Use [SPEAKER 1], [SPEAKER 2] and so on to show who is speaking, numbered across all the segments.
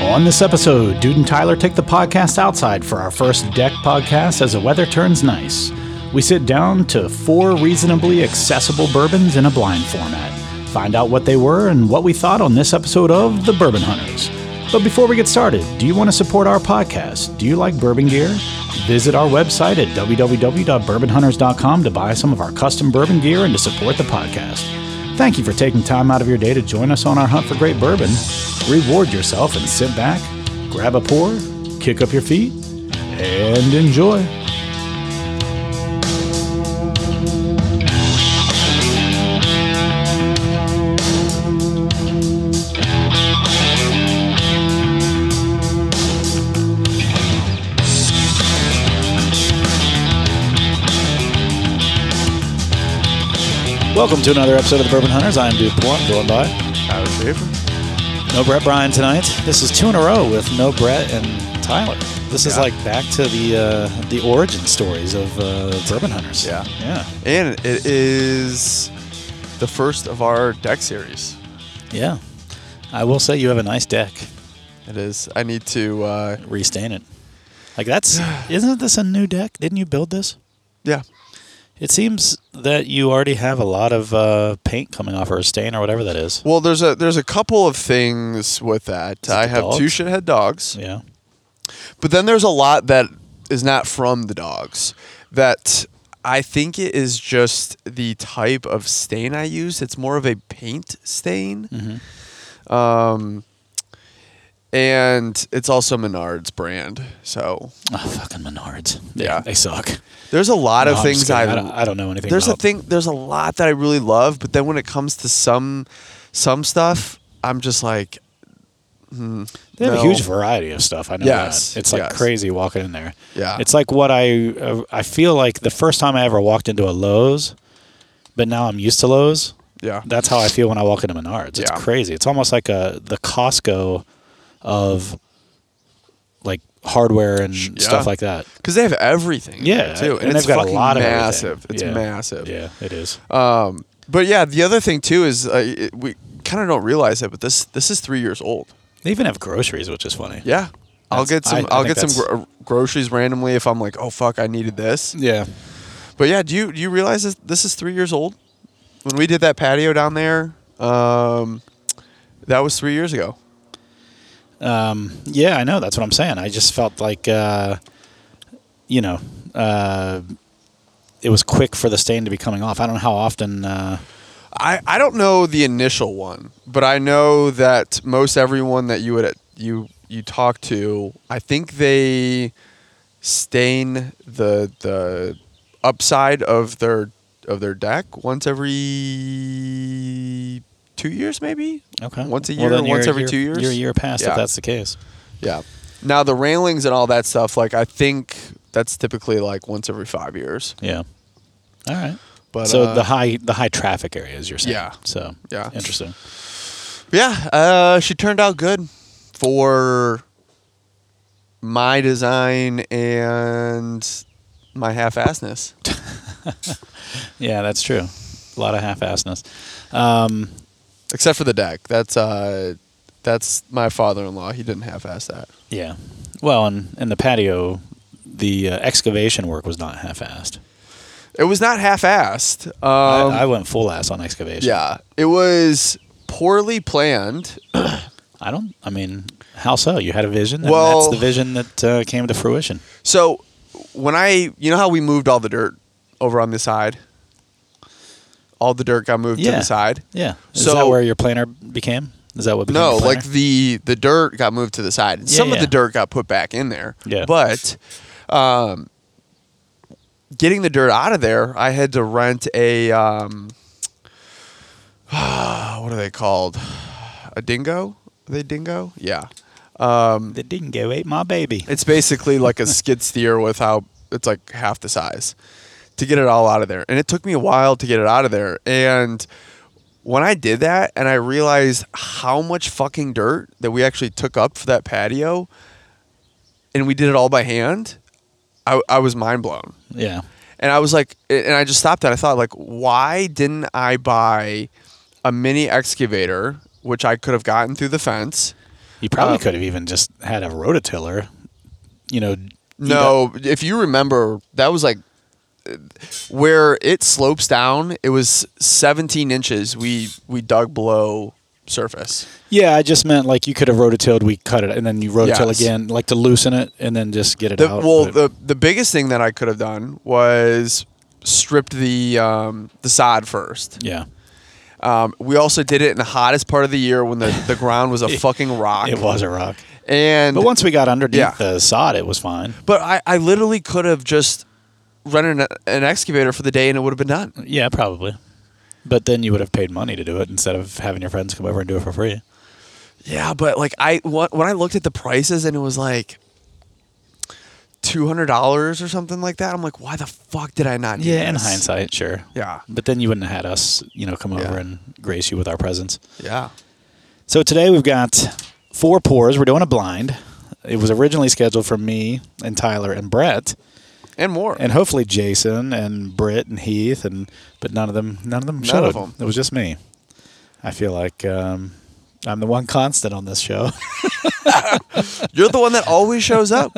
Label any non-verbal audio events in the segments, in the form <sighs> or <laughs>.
[SPEAKER 1] On this episode, Dude and Tyler take the podcast outside for our first deck podcast as the weather turns nice. We sit down to four reasonably accessible bourbons in a blind format. Find out what they were and what we thought on this episode of The Bourbon Hunters. But before we get started, do you want to support our podcast? Do you like bourbon gear? Visit our website at www.bourbonhunters.com to buy some of our custom bourbon gear and to support the podcast. Thank you for taking time out of your day to join us on our hunt for great bourbon. Reward yourself and sit back, grab a pour, kick up your feet, and enjoy. Welcome to another episode of the Bourbon Hunters. I am Dude Pour. I'm joined by
[SPEAKER 2] I was safe.
[SPEAKER 1] No Brett Bryan tonight. This is two in a row with No Brett and Tyler. This is
[SPEAKER 2] Yeah.
[SPEAKER 1] like back to the uh, the origin stories of uh, Bourbon Hunters.
[SPEAKER 2] Yeah.
[SPEAKER 1] yeah,
[SPEAKER 2] And it is the first of our deck series.
[SPEAKER 1] yeah. I will say you have a nice deck.
[SPEAKER 2] It is. I need to, uh,
[SPEAKER 1] Restain it. Like that's <sighs> isn't this a new deck? Didn't you build this?
[SPEAKER 2] yeah.
[SPEAKER 1] It seems that you already have a lot of uh, paint coming off or a stain or whatever that is.
[SPEAKER 2] Well, there's a there's a couple of things with that.
[SPEAKER 1] it
[SPEAKER 2] I
[SPEAKER 1] the
[SPEAKER 2] have
[SPEAKER 1] dogs?
[SPEAKER 2] two shithead dogs,
[SPEAKER 1] Yeah,
[SPEAKER 2] but then there's a lot that is not from the dogs. That I think it is just the type of stain I use. It's more of a paint stain.
[SPEAKER 1] Mm-hmm.
[SPEAKER 2] Um, and it's also Menards brand. So
[SPEAKER 1] oh, fucking Menards.
[SPEAKER 2] Yeah.
[SPEAKER 1] they suck.
[SPEAKER 2] there's a lot
[SPEAKER 1] No,
[SPEAKER 2] of
[SPEAKER 1] I'm just
[SPEAKER 2] things
[SPEAKER 1] kidding.
[SPEAKER 2] I,
[SPEAKER 1] I don't, I don't know anything.
[SPEAKER 2] there's
[SPEAKER 1] about
[SPEAKER 2] a thing there's a lot that I really love, but then when it comes to some some stuff, I'm just like
[SPEAKER 1] They have a
[SPEAKER 2] No.
[SPEAKER 1] huge variety of stuff. I know
[SPEAKER 2] Yes,
[SPEAKER 1] that. It's like
[SPEAKER 2] yes.
[SPEAKER 1] crazy walking in there.
[SPEAKER 2] Yeah.
[SPEAKER 1] It's like what I uh, I feel like the first time I ever walked into a Lowe's, but now I'm used to Lowe's.
[SPEAKER 2] yeah.
[SPEAKER 1] That's how I feel when I walk into Menards. It's
[SPEAKER 2] Yeah.
[SPEAKER 1] crazy. It's almost like a the Costco of like hardware and stuff
[SPEAKER 2] yeah.
[SPEAKER 1] like that.
[SPEAKER 2] Cuz they have everything. there,
[SPEAKER 1] Yeah,
[SPEAKER 2] too. And, it's
[SPEAKER 1] they've got a
[SPEAKER 2] fucking
[SPEAKER 1] lot of everything.
[SPEAKER 2] massive. It's
[SPEAKER 1] Yeah.
[SPEAKER 2] massive.
[SPEAKER 1] Yeah, it is.
[SPEAKER 2] Um but yeah, the other thing too is uh, it, we kind of don't realize it, but this this is 3 years old.
[SPEAKER 1] They even have groceries, which is funny.
[SPEAKER 2] Yeah. I'll
[SPEAKER 1] That's-
[SPEAKER 2] get some
[SPEAKER 1] I- I
[SPEAKER 2] I'll
[SPEAKER 1] think
[SPEAKER 2] get some
[SPEAKER 1] that's-
[SPEAKER 2] gro- groceries randomly if I'm like, "Oh fuck, I needed this."
[SPEAKER 1] Yeah.
[SPEAKER 2] But yeah, do you do you realize this, this is three years old? When we did that patio down there, um, that was three years ago.
[SPEAKER 1] Um, yeah, I know. That's what I'm saying. I just felt like, uh, you know, uh, it was quick for the stain to be coming off. I don't know how often. Uh,
[SPEAKER 2] I, I don't know the initial one, but I know that most everyone that you would you you talk to, I think they stain the the upside of their of their deck once every two years, maybe.
[SPEAKER 1] okay.
[SPEAKER 2] Once a
[SPEAKER 1] Well,
[SPEAKER 2] year,
[SPEAKER 1] then you're
[SPEAKER 2] once
[SPEAKER 1] a
[SPEAKER 2] every
[SPEAKER 1] year-
[SPEAKER 2] two years.
[SPEAKER 1] You're a year past
[SPEAKER 2] Yeah.
[SPEAKER 1] if that's the case.
[SPEAKER 2] Yeah. Now the railings and all that stuff, like I think that's typically like once every five years.
[SPEAKER 1] Yeah. All right.
[SPEAKER 2] But
[SPEAKER 1] so
[SPEAKER 2] uh,
[SPEAKER 1] the high the high traffic areas you're saying.
[SPEAKER 2] Yeah.
[SPEAKER 1] So
[SPEAKER 2] Yeah.
[SPEAKER 1] interesting.
[SPEAKER 2] yeah, uh, she turned out good for my design and my half-assness.
[SPEAKER 1] Yeah, that's true. A lot of half assedness. Um,
[SPEAKER 2] Except for the deck. That's uh, that's my father-in-law. He didn't half-ass that.
[SPEAKER 1] yeah. Well, and in the patio, the uh, excavation work was not half assed.
[SPEAKER 2] It was not half-assed. Um,
[SPEAKER 1] I, I went full ass on excavation.
[SPEAKER 2] yeah, it was poorly planned.
[SPEAKER 1] I don't. I mean, how so? You had a vision, and
[SPEAKER 2] Well-
[SPEAKER 1] that's the vision that uh, came to fruition.
[SPEAKER 2] So when I, you know how we moved all the dirt over on the side? All the dirt got moved to
[SPEAKER 1] Yeah.
[SPEAKER 2] the side.
[SPEAKER 1] Yeah. Is
[SPEAKER 2] So-
[SPEAKER 1] that where your planner became? Is that what? Became
[SPEAKER 2] No,
[SPEAKER 1] your
[SPEAKER 2] like
[SPEAKER 1] planner?
[SPEAKER 2] the the dirt got moved to the side. And
[SPEAKER 1] Yeah,
[SPEAKER 2] some
[SPEAKER 1] yeah.
[SPEAKER 2] of the dirt got put back in there.
[SPEAKER 1] Yeah.
[SPEAKER 2] But um getting the dirt out of there, I had to rent a um <sighs> what are they called? A dingo? Are they dingo? Yeah. Um
[SPEAKER 1] the dingo ate my baby.
[SPEAKER 2] It's basically like a skid steer with how it's like half the size to get it all out of there. And it took me a while to get it out of there. And when I did that and I realized how much fucking dirt that we actually took up for that patio and we did it all by hand, I, I was mind blown.
[SPEAKER 1] Yeah.
[SPEAKER 2] And I was like, and I just stopped and I thought, like, why didn't I buy a mini excavator, which I could have gotten through the fence?
[SPEAKER 1] You probably could have even just had a rototiller. You know,
[SPEAKER 2] No, if you remember, that was like uh, where it slopes down. It was 17 inches. We we dug below surface.
[SPEAKER 1] yeah. I just meant like you could have rototilled. We cut it and then you rototill
[SPEAKER 2] Yes.
[SPEAKER 1] again, like to loosen it and then just get it
[SPEAKER 2] The,
[SPEAKER 1] out.
[SPEAKER 2] well,
[SPEAKER 1] but-
[SPEAKER 2] the the biggest thing that I could have done was stripped the um, the sod first.
[SPEAKER 1] yeah,
[SPEAKER 2] Um, we also did it in the hottest part of the year when the, the ground was a fucking
[SPEAKER 1] <laughs>
[SPEAKER 2] rock.
[SPEAKER 1] it was a rock.
[SPEAKER 2] And
[SPEAKER 1] But once we got underneath
[SPEAKER 2] Yeah.
[SPEAKER 1] the sod, it was fine.
[SPEAKER 2] But I, I literally could have just rented an, an excavator for the day and it would have been done.
[SPEAKER 1] Yeah, probably. But then you would have paid money to do it instead of having your friends come over and do it for free.
[SPEAKER 2] Yeah, but like I wh- when I looked at the prices and it was like two hundred dollars or something like that. I'm like, why the fuck did I not? Do
[SPEAKER 1] Yeah, in
[SPEAKER 2] this?
[SPEAKER 1] hindsight, sure.
[SPEAKER 2] Yeah.
[SPEAKER 1] But then you wouldn't have had us, you know, come over
[SPEAKER 2] Yeah.
[SPEAKER 1] and grace you with our presence.
[SPEAKER 2] Yeah,
[SPEAKER 1] So today we've got four pours. We're doing a blind. It was originally scheduled for me and Tyler and Brett,
[SPEAKER 2] and more.
[SPEAKER 1] and hopefully Jason and Britt and Heath, and but none of them, none of them showed.
[SPEAKER 2] of them.
[SPEAKER 1] It was just me. I feel like um, I'm the one constant on this show. <laughs>
[SPEAKER 2] You're the one that always
[SPEAKER 1] <laughs>
[SPEAKER 2] shows up,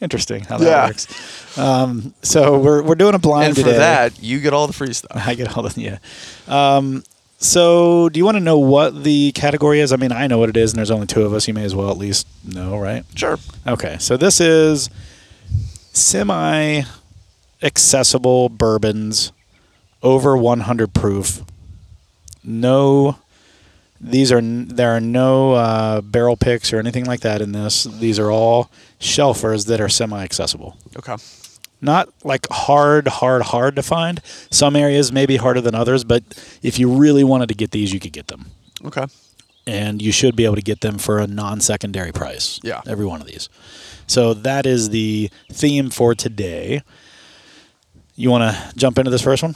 [SPEAKER 1] Interesting how that
[SPEAKER 2] Yeah.
[SPEAKER 1] works. Um, so we're we're doing a blind
[SPEAKER 2] and for
[SPEAKER 1] today.
[SPEAKER 2] that you get all the free stuff.
[SPEAKER 1] <laughs> I get all the yeah. Um, so, do you want to know what the category is? I mean, I know what it is, and there's only two of us. You may as well at least know, right?
[SPEAKER 2] Sure.
[SPEAKER 1] Okay, so this is semi accessible bourbons over 100 proof. No, these are n- there are no uh, barrel picks or anything like that in this. These are all shelfers that are semi accessible
[SPEAKER 2] Okay.
[SPEAKER 1] not like hard, hard, hard to find. Some areas may be harder than others, but if you really wanted to get these, you could get them.
[SPEAKER 2] Okay.
[SPEAKER 1] And you should be able to get them for a non secondary price.
[SPEAKER 2] Yeah.
[SPEAKER 1] Every one of these. So that is the theme for today. You want to jump into this first one?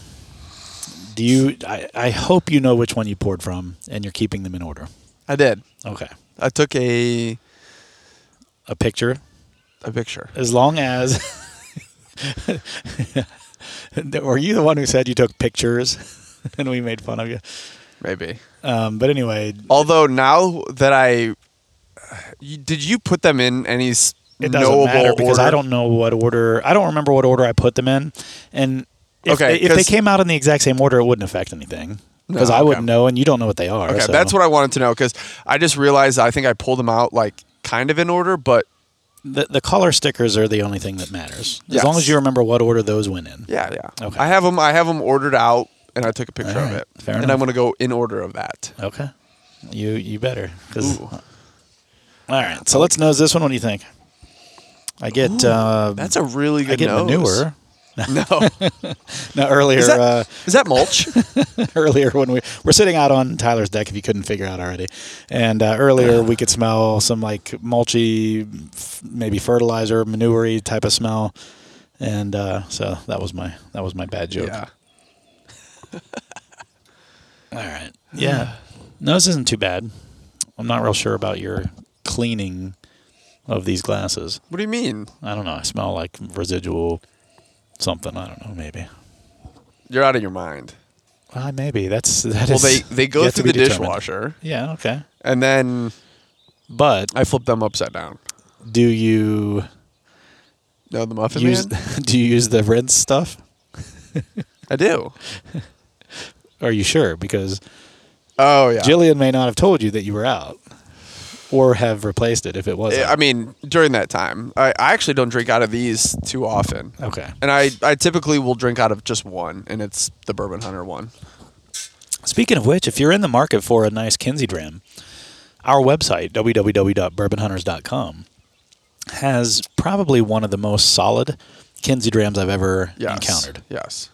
[SPEAKER 1] Do you? I, I hope you know which one you poured from and you're keeping them in order.
[SPEAKER 2] I did.
[SPEAKER 1] Okay.
[SPEAKER 2] I took a
[SPEAKER 1] A picture
[SPEAKER 2] a picture.
[SPEAKER 1] as long as <laughs> were you the one who said you took pictures <laughs> and we made fun of you
[SPEAKER 2] Maybe.
[SPEAKER 1] um, but anyway
[SPEAKER 2] Although now that I you, did you put them in any s-
[SPEAKER 1] it doesn't
[SPEAKER 2] knowable
[SPEAKER 1] matter because
[SPEAKER 2] order?
[SPEAKER 1] i don't know what order i don't remember what order i put them in and if,
[SPEAKER 2] Okay,
[SPEAKER 1] they, if they
[SPEAKER 2] 'cause-
[SPEAKER 1] came out in the exact same order it wouldn't affect anything because
[SPEAKER 2] No,
[SPEAKER 1] i
[SPEAKER 2] okay.
[SPEAKER 1] wouldn't know and you don't know what they are
[SPEAKER 2] Okay,
[SPEAKER 1] so-
[SPEAKER 2] that's what I wanted to know because I just realized I think I pulled them out like kind of in order, but
[SPEAKER 1] the, the color stickers are the only thing that matters as long
[SPEAKER 2] Yes.
[SPEAKER 1] as you remember what order those went in
[SPEAKER 2] yeah, yeah.
[SPEAKER 1] Okay.
[SPEAKER 2] I have them. I have them ordered out, and I took a picture of
[SPEAKER 1] Alright,
[SPEAKER 2] it.
[SPEAKER 1] fair
[SPEAKER 2] and
[SPEAKER 1] enough.
[SPEAKER 2] I'm gonna go in order of that.
[SPEAKER 1] okay you you better 'cause-
[SPEAKER 2] Ooh,
[SPEAKER 1] all right so let's nose this one what do you think i get uh,
[SPEAKER 2] that's a really good
[SPEAKER 1] I get
[SPEAKER 2] nose.
[SPEAKER 1] manure.
[SPEAKER 2] <laughs>
[SPEAKER 1] <laughs>
[SPEAKER 2] No,
[SPEAKER 1] No, earlier,
[SPEAKER 2] is that,
[SPEAKER 1] uh, <laughs>
[SPEAKER 2] is that mulch?
[SPEAKER 1] earlier when we were sitting out on Tyler's deck, if you couldn't figure out already, and uh, earlier we could smell some like mulchy, f- maybe fertilizer, manure type of smell, and uh, so that was my that was my bad joke.
[SPEAKER 2] yeah,
[SPEAKER 1] All right. Yeah. No, this isn't too bad. I'm not real sure about your cleaning of these glasses.
[SPEAKER 2] what do you mean?
[SPEAKER 1] I don't know. I smell like residual something. I don't know. Maybe.
[SPEAKER 2] You're out of your mind.
[SPEAKER 1] Uh, maybe that's that
[SPEAKER 2] Well,
[SPEAKER 1] is-
[SPEAKER 2] they they go
[SPEAKER 1] yet to
[SPEAKER 2] through
[SPEAKER 1] be
[SPEAKER 2] the
[SPEAKER 1] determined.
[SPEAKER 2] dishwasher,
[SPEAKER 1] Yeah. Okay.
[SPEAKER 2] and then
[SPEAKER 1] But
[SPEAKER 2] I flip them upside down.
[SPEAKER 1] do you
[SPEAKER 2] No, the muffin
[SPEAKER 1] use <laughs>
[SPEAKER 2] man.
[SPEAKER 1] do you use the rinse stuff?
[SPEAKER 2] I do.
[SPEAKER 1] Are you sure? Because
[SPEAKER 2] Oh yeah.
[SPEAKER 1] Jillian may not have told you that you were out, or have replaced it if it wasn't.
[SPEAKER 2] I mean, during that time, I, I actually don't drink out of these too often.
[SPEAKER 1] okay.
[SPEAKER 2] And I, I typically will drink out of just one, and it's the Bourbon Hunter one.
[SPEAKER 1] Speaking of which, if you're in the market for a nice Kinsey dram, our website www.bourbonhunters.com has probably one of the most solid Kinsey drams I've ever
[SPEAKER 2] Yes.
[SPEAKER 1] encountered.
[SPEAKER 2] Yes.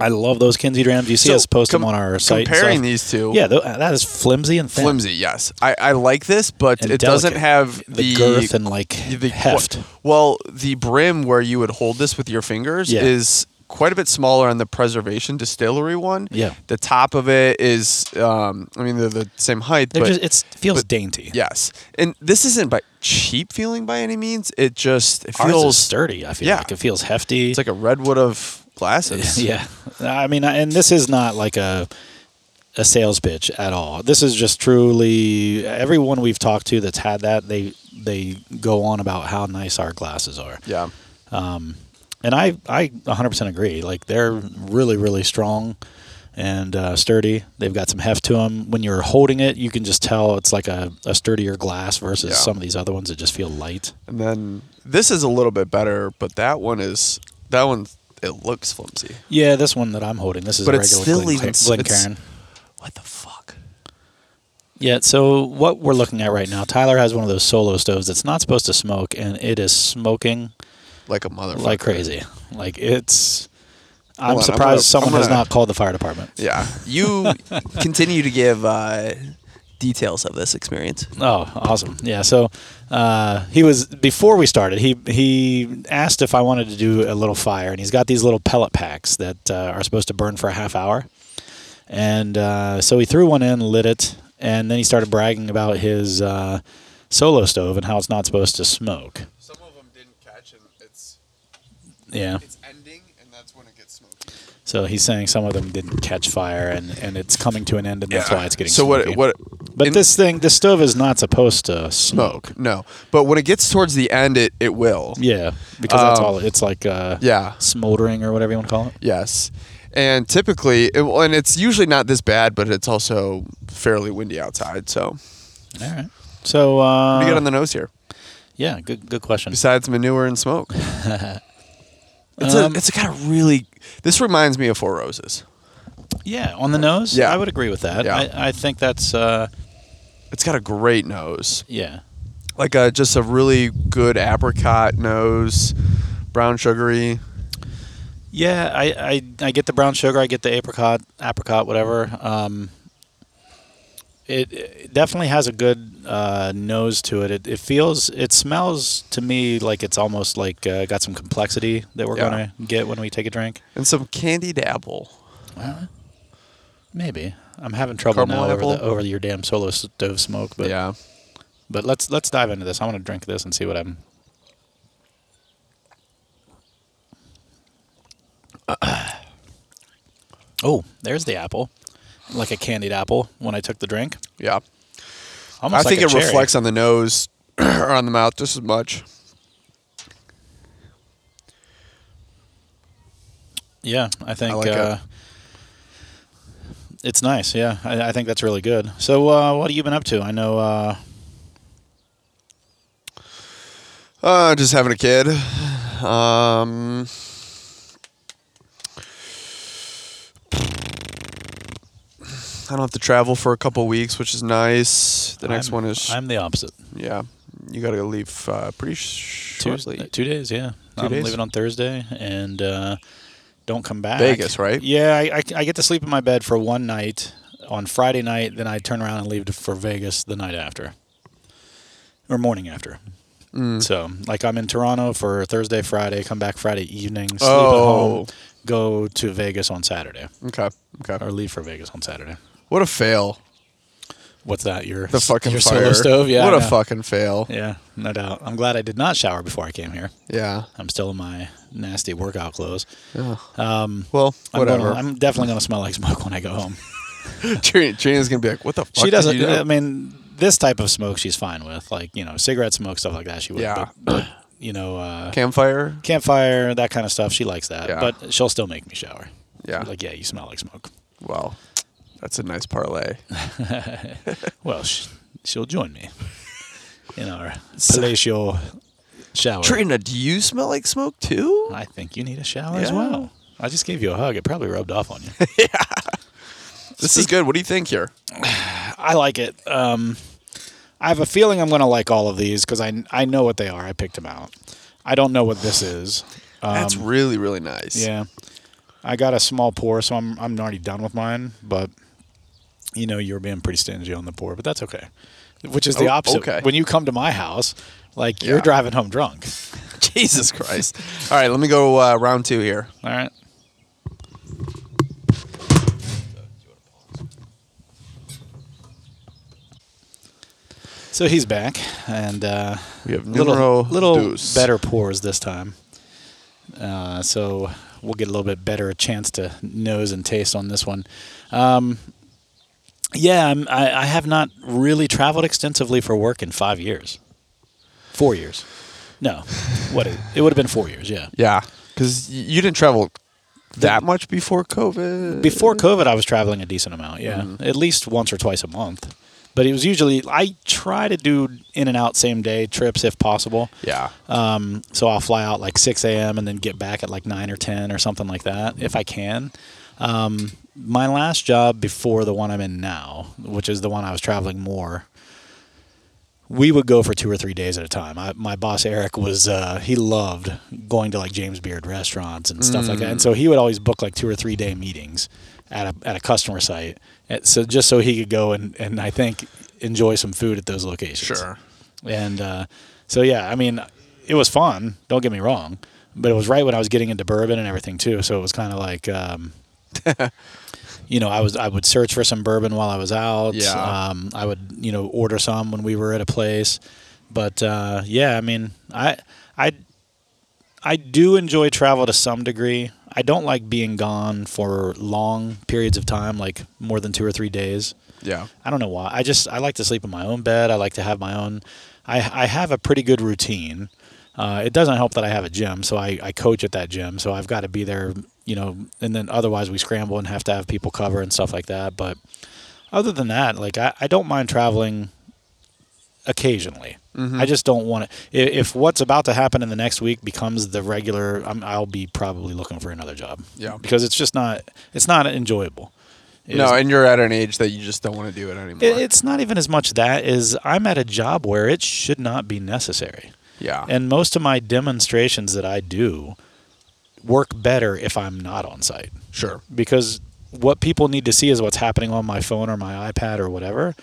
[SPEAKER 1] I love those Kinsey drams. You see
[SPEAKER 2] So,
[SPEAKER 1] us post them
[SPEAKER 2] com-
[SPEAKER 1] on our site. and
[SPEAKER 2] comparing
[SPEAKER 1] stuff.
[SPEAKER 2] these two-
[SPEAKER 1] yeah, tho- that is flimsy and thin.
[SPEAKER 2] Flimsy, yes. I, I like this, but
[SPEAKER 1] and
[SPEAKER 2] it doesn't
[SPEAKER 1] delicate.
[SPEAKER 2] have
[SPEAKER 1] the,
[SPEAKER 2] the,
[SPEAKER 1] girth and like
[SPEAKER 2] the-
[SPEAKER 1] heft.
[SPEAKER 2] Well, the brim where you would hold this with your fingers
[SPEAKER 1] Yeah.
[SPEAKER 2] is quite a bit smaller on the preservation distillery one.
[SPEAKER 1] Yeah.
[SPEAKER 2] The top of it is, um, I mean, they're the same height.
[SPEAKER 1] They're
[SPEAKER 2] but
[SPEAKER 1] just it feels dainty.
[SPEAKER 2] Yes, and this isn't by cheap feeling by any means. It just it
[SPEAKER 1] Ours is
[SPEAKER 2] feels
[SPEAKER 1] sturdy. I feel
[SPEAKER 2] yeah.
[SPEAKER 1] like it feels hefty. <laughs>
[SPEAKER 2] It's like a redwood of glasses.
[SPEAKER 1] yeah, I mean, I- and this is not like a a sales pitch at all. This is just truly everyone we've talked to that's had that they they go on about how nice our glasses are.
[SPEAKER 2] Yeah.
[SPEAKER 1] And I I 100% agree. Like they're really really strong and uh, sturdy. They've got some heft to them. When you're holding it, you can just tell it's like a, a sturdier glass versus
[SPEAKER 2] Yeah.
[SPEAKER 1] some of these other ones that just feel light.
[SPEAKER 2] And then this is a little bit better, but that one is that one it looks flimsy.
[SPEAKER 1] Yeah, this one that I'm holding, this is
[SPEAKER 2] But
[SPEAKER 1] a
[SPEAKER 2] it's
[SPEAKER 1] regular
[SPEAKER 2] still
[SPEAKER 1] Glen-
[SPEAKER 2] even s- it's-
[SPEAKER 1] Glencairn.
[SPEAKER 2] What the fuck?
[SPEAKER 1] Yeah, so what we're looking at right now, Tyler has one of those solo stoves that's not supposed to smoke, and it is smoking
[SPEAKER 2] Like a motherfucker.
[SPEAKER 1] like crazy. Like it's. I'm
[SPEAKER 2] Hold on, I'm
[SPEAKER 1] surprised
[SPEAKER 2] gonna-
[SPEAKER 1] someone
[SPEAKER 2] I'm
[SPEAKER 1] has
[SPEAKER 2] gonna-
[SPEAKER 1] not called the fire department.
[SPEAKER 2] Yeah.
[SPEAKER 1] <laughs>
[SPEAKER 2] You continue to give uh, details of this experience.
[SPEAKER 1] Oh, awesome! Yeah, so uh, he was before we started. He he asked if I wanted to do a little fire, and he's got these little pellet packs that uh, are supposed to burn for a half hour. And uh, so he threw one in, lit it, and then he started bragging about his uh, solo stove and how it's not supposed to smoke.
[SPEAKER 2] Some of them didn't catch, and it's
[SPEAKER 1] Yeah.
[SPEAKER 2] it's ending, and that's when it gets smoky.
[SPEAKER 1] So he's saying some of them didn't catch fire, and, and it's coming to an end, and that's why it's getting
[SPEAKER 2] so
[SPEAKER 1] smoky.
[SPEAKER 2] what? What?
[SPEAKER 1] But
[SPEAKER 2] in-
[SPEAKER 1] this thing, this stove is not supposed to smoke.
[SPEAKER 2] smoke? No, but when it gets towards the end, it it will.
[SPEAKER 1] Yeah, because that's
[SPEAKER 2] Um,
[SPEAKER 1] all. It's like uh,
[SPEAKER 2] Yeah.
[SPEAKER 1] smoldering or whatever you want to call it.
[SPEAKER 2] Yes. And typically, it, well, and it's usually not this bad, but it's also fairly windy outside. So,
[SPEAKER 1] All right. So uh,
[SPEAKER 2] what do you got on the nose here?
[SPEAKER 1] yeah, good good question.
[SPEAKER 2] Besides manure and
[SPEAKER 1] <laughs>
[SPEAKER 2] smoke, it's
[SPEAKER 1] Um,
[SPEAKER 2] a it's a kind of really. This reminds me of Four Roses.
[SPEAKER 1] Yeah, on the nose.
[SPEAKER 2] Yeah.
[SPEAKER 1] I would agree with that.
[SPEAKER 2] Yeah.
[SPEAKER 1] I, I think that's uh,
[SPEAKER 2] It's got a great nose,
[SPEAKER 1] yeah.
[SPEAKER 2] like a just a really good apricot nose, brown sugary.
[SPEAKER 1] Yeah, I, I, I get the brown sugar, I get the apricot, apricot, whatever. Um, it, it definitely has a good uh, nose to it. it. It feels, it smells to me like it's almost like uh, got some complexity that we're
[SPEAKER 2] Yeah.
[SPEAKER 1] gonna get when we take a drink.
[SPEAKER 2] and some candied apple.
[SPEAKER 1] Well, maybe I'm having trouble
[SPEAKER 2] Caramel
[SPEAKER 1] now over, the,
[SPEAKER 2] apple?
[SPEAKER 1] over your damn solo stove smoke, but
[SPEAKER 2] yeah,
[SPEAKER 1] but let's let's dive into this. I want to drink this and see what I'm. <clears throat> oh, there's the apple, like a candied apple. When I took the drink,
[SPEAKER 2] yeah.
[SPEAKER 1] almost
[SPEAKER 2] I
[SPEAKER 1] like
[SPEAKER 2] think
[SPEAKER 1] a
[SPEAKER 2] it
[SPEAKER 1] cherry.
[SPEAKER 2] reflects on the nose <clears throat> or on the mouth just as much.
[SPEAKER 1] Yeah, I think
[SPEAKER 2] like it.
[SPEAKER 1] uh, it's nice. Yeah, I, I think that's really good. So, uh, what have you been up to? I know. Uh,
[SPEAKER 2] Uh, just having a kid. Um, I don't have to travel for a couple weeks, which is nice. The next
[SPEAKER 1] I'm-
[SPEAKER 2] one is
[SPEAKER 1] I'm the opposite.
[SPEAKER 2] yeah. You gotta leave uh, pretty sh-
[SPEAKER 1] Two, uh,
[SPEAKER 2] shortly.
[SPEAKER 1] two days, yeah.
[SPEAKER 2] Two
[SPEAKER 1] I'm
[SPEAKER 2] days?
[SPEAKER 1] leaving on Thursday and uh, don't come back.
[SPEAKER 2] Vegas, right?
[SPEAKER 1] Yeah, I, I, I get to sleep in my bed for one night on Friday night, then I turn around and leave to- for Vegas the night after or morning after.
[SPEAKER 2] Mm.
[SPEAKER 1] So, like, I'm in Toronto for Thursday, Friday, come back Friday evening, sleep at
[SPEAKER 2] Oh.
[SPEAKER 1] home, go to Vegas on Saturday
[SPEAKER 2] Okay. Okay.
[SPEAKER 1] or leave for Vegas on Saturday.
[SPEAKER 2] What a fail.
[SPEAKER 1] What's that? Your
[SPEAKER 2] The fucking
[SPEAKER 1] your
[SPEAKER 2] fire.
[SPEAKER 1] solo stove? Yeah.
[SPEAKER 2] What
[SPEAKER 1] I
[SPEAKER 2] a
[SPEAKER 1] know.
[SPEAKER 2] fucking fail.
[SPEAKER 1] Yeah, no doubt. I'm glad I did not shower before I came here.
[SPEAKER 2] Yeah.
[SPEAKER 1] I'm still in my nasty workout clothes.
[SPEAKER 2] Yeah.
[SPEAKER 1] Um,
[SPEAKER 2] Well,
[SPEAKER 1] I'm, gonna-
[SPEAKER 2] <laughs> whatever.
[SPEAKER 1] I'm definitely going to smell like smoke when I go home.
[SPEAKER 2] Trina, Trina's gonna be like, "What the fuck?"
[SPEAKER 1] she
[SPEAKER 2] did
[SPEAKER 1] doesn't. uh,
[SPEAKER 2] you do?"
[SPEAKER 1] I mean, this type of smoke she's fine with, like you know, cigarette smoke stuff like that. She would.
[SPEAKER 2] Yeah.
[SPEAKER 1] But, but, <clears throat> you know, uh,
[SPEAKER 2] campfire.
[SPEAKER 1] campfire that kind of stuff. She likes that.
[SPEAKER 2] Yeah.
[SPEAKER 1] But she'll still make me shower.
[SPEAKER 2] Yeah.
[SPEAKER 1] Like yeah, you smell like smoke.
[SPEAKER 2] Well, that's a nice
[SPEAKER 1] <laughs>
[SPEAKER 2] parlay.
[SPEAKER 1] Well, sh- she'll join
[SPEAKER 2] <laughs>
[SPEAKER 1] me in our palatial shower.
[SPEAKER 2] Trina, do you smell like smoke too?
[SPEAKER 1] I think you need a shower as
[SPEAKER 2] Yeah.
[SPEAKER 1] well. I just gave you a hug. It probably rubbed off on you.
[SPEAKER 2] This is good. What do you think here?
[SPEAKER 1] I like it. Um, I have a feeling I'm going to like all of these because I, I know what they are. I picked them out. I don't know what this is. Um,
[SPEAKER 2] That's really really nice.
[SPEAKER 1] yeah. I got a small pour, so I'm I'm already done with mine. But you know, you were being pretty stingy on the pour, but that's okay. Which is the
[SPEAKER 2] Oh,
[SPEAKER 1] opposite.
[SPEAKER 2] okay.
[SPEAKER 1] When you come to my house, like you're
[SPEAKER 2] Yeah.
[SPEAKER 1] driving home drunk.
[SPEAKER 2] <laughs> Jesus Christ. All right, let me go uh, round two here.
[SPEAKER 1] All right. So he's back, and uh,
[SPEAKER 2] We have
[SPEAKER 1] little
[SPEAKER 2] numero
[SPEAKER 1] little
[SPEAKER 2] dos.
[SPEAKER 1] better pours this time. Uh, so we'll get a little bit better chance to nose and taste on this one. Um, Yeah, I'm, I, I have not really traveled extensively for work in five years. Four years. No, what it, it would have been four years. Yeah.
[SPEAKER 2] Yeah, because you didn't travel that much before COVID.
[SPEAKER 1] Before COVID, I was traveling a decent amount. Yeah, at least once or twice a month. But it was usually I try to do in and out same day trips if possible.
[SPEAKER 2] yeah,
[SPEAKER 1] Um, so I'll fly out like 6 a.m. and then get back at like 9 or 10 or something like that if I can. Um, my last job before the one I'm in now, which is the one I was traveling more, we would go for two or three days at a time. I, my boss Eric was uh, he loved going to like James Beard restaurants and stuff like that, and so he would always book like two or three day meetings at a at a customer site, and so just so he could go and and I think enjoy some food at those locations.
[SPEAKER 2] sure.
[SPEAKER 1] And uh, so, yeah, I mean, it was fun. Don't get me wrong, but it was right when I was getting into bourbon and everything too. So it was kind of like, um, you know, I was I would search for some bourbon while I was out.
[SPEAKER 2] Yeah.
[SPEAKER 1] Um, I would you know order some when we were at a place, but uh, yeah, I mean, I I I do enjoy travel to some degree. I don't like being gone for long periods of time, like more than two or three days.
[SPEAKER 2] Yeah,
[SPEAKER 1] I don't know why. I just I like to sleep in my own bed. I like to have my own. I I have a pretty good routine. Uh, it doesn't help that I have a gym, so I, I coach at that gym, so I've got to be there, you know. And then otherwise we scramble and have to have people cover and stuff like that. But other than that, like I, I don't mind traveling occasionally.
[SPEAKER 2] Mm-hmm.
[SPEAKER 1] I just don't want to. If, if what's about to happen in the next week becomes the regular, I'm, I'll be probably looking for another job.
[SPEAKER 2] Yeah.
[SPEAKER 1] because it's just not it's not enjoyable. It
[SPEAKER 2] no,
[SPEAKER 1] is-
[SPEAKER 2] and you're at an age that you just don't want to do it anymore.
[SPEAKER 1] it, it's not even as much that is I'm at a job where it should not be necessary.
[SPEAKER 2] yeah,
[SPEAKER 1] And most of my demonstrations that I do work better if I'm not on site
[SPEAKER 2] sure.
[SPEAKER 1] because what people need to see is what's happening on my phone or my iPad or whatever.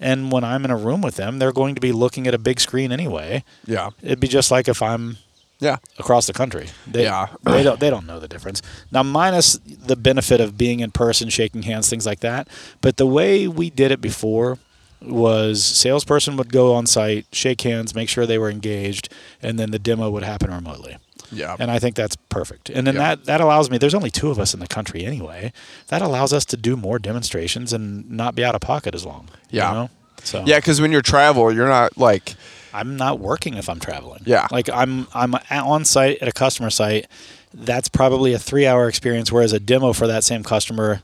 [SPEAKER 1] And when I'm in a room with them, they're going to be looking at a big screen anyway.
[SPEAKER 2] Yeah,
[SPEAKER 1] It'd be just like if I'm
[SPEAKER 2] yeah,
[SPEAKER 1] across the country. They,
[SPEAKER 2] Yeah.
[SPEAKER 1] they don't they don't know the difference. Now minus the benefit of being in person, shaking hands, things like that. But the way we did it before was salesperson would go on site, shake hands, make sure they were engaged, and then the demo would happen remotely.
[SPEAKER 2] yeah.
[SPEAKER 1] And I think that's perfect. And then
[SPEAKER 2] Yeah.
[SPEAKER 1] that, that allows me, there's only two of us in the country anyway. That allows us to do more demonstrations and not be out of pocket as long. you
[SPEAKER 2] Yeah.
[SPEAKER 1] know? So
[SPEAKER 2] yeah, because when you're travel, you're not like
[SPEAKER 1] I'm not working if I'm traveling.
[SPEAKER 2] Yeah.
[SPEAKER 1] Like I'm I'm at- on site at a customer site. That's probably a 3-hour experience whereas a demo for that same customer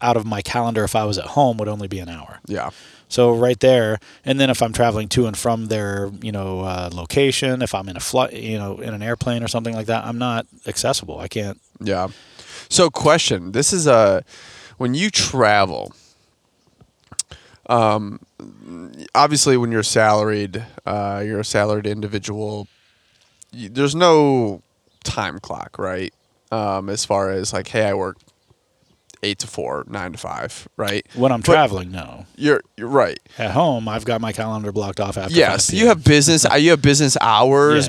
[SPEAKER 1] out of my calendar if I was at home would only be an hour.
[SPEAKER 2] yeah,
[SPEAKER 1] So right there, and then if I'm traveling to and from their, you know, uh, location, if I'm in a flight, you know, in an airplane or something like that, I'm not accessible. I can't.
[SPEAKER 2] yeah. So, question: This is a when you travel. Um, obviously, when you're salaried, uh, you're a salaried individual. You, there's no time clock, right? Um, as far as like, hey, I work eight to four, nine to five, right?
[SPEAKER 1] When I'm
[SPEAKER 2] But
[SPEAKER 1] traveling, no.
[SPEAKER 2] you're you're right.
[SPEAKER 1] At home, I've got my calendar blocked off after.
[SPEAKER 2] Yes,
[SPEAKER 1] 5
[SPEAKER 2] you have business. uh, You have business hours,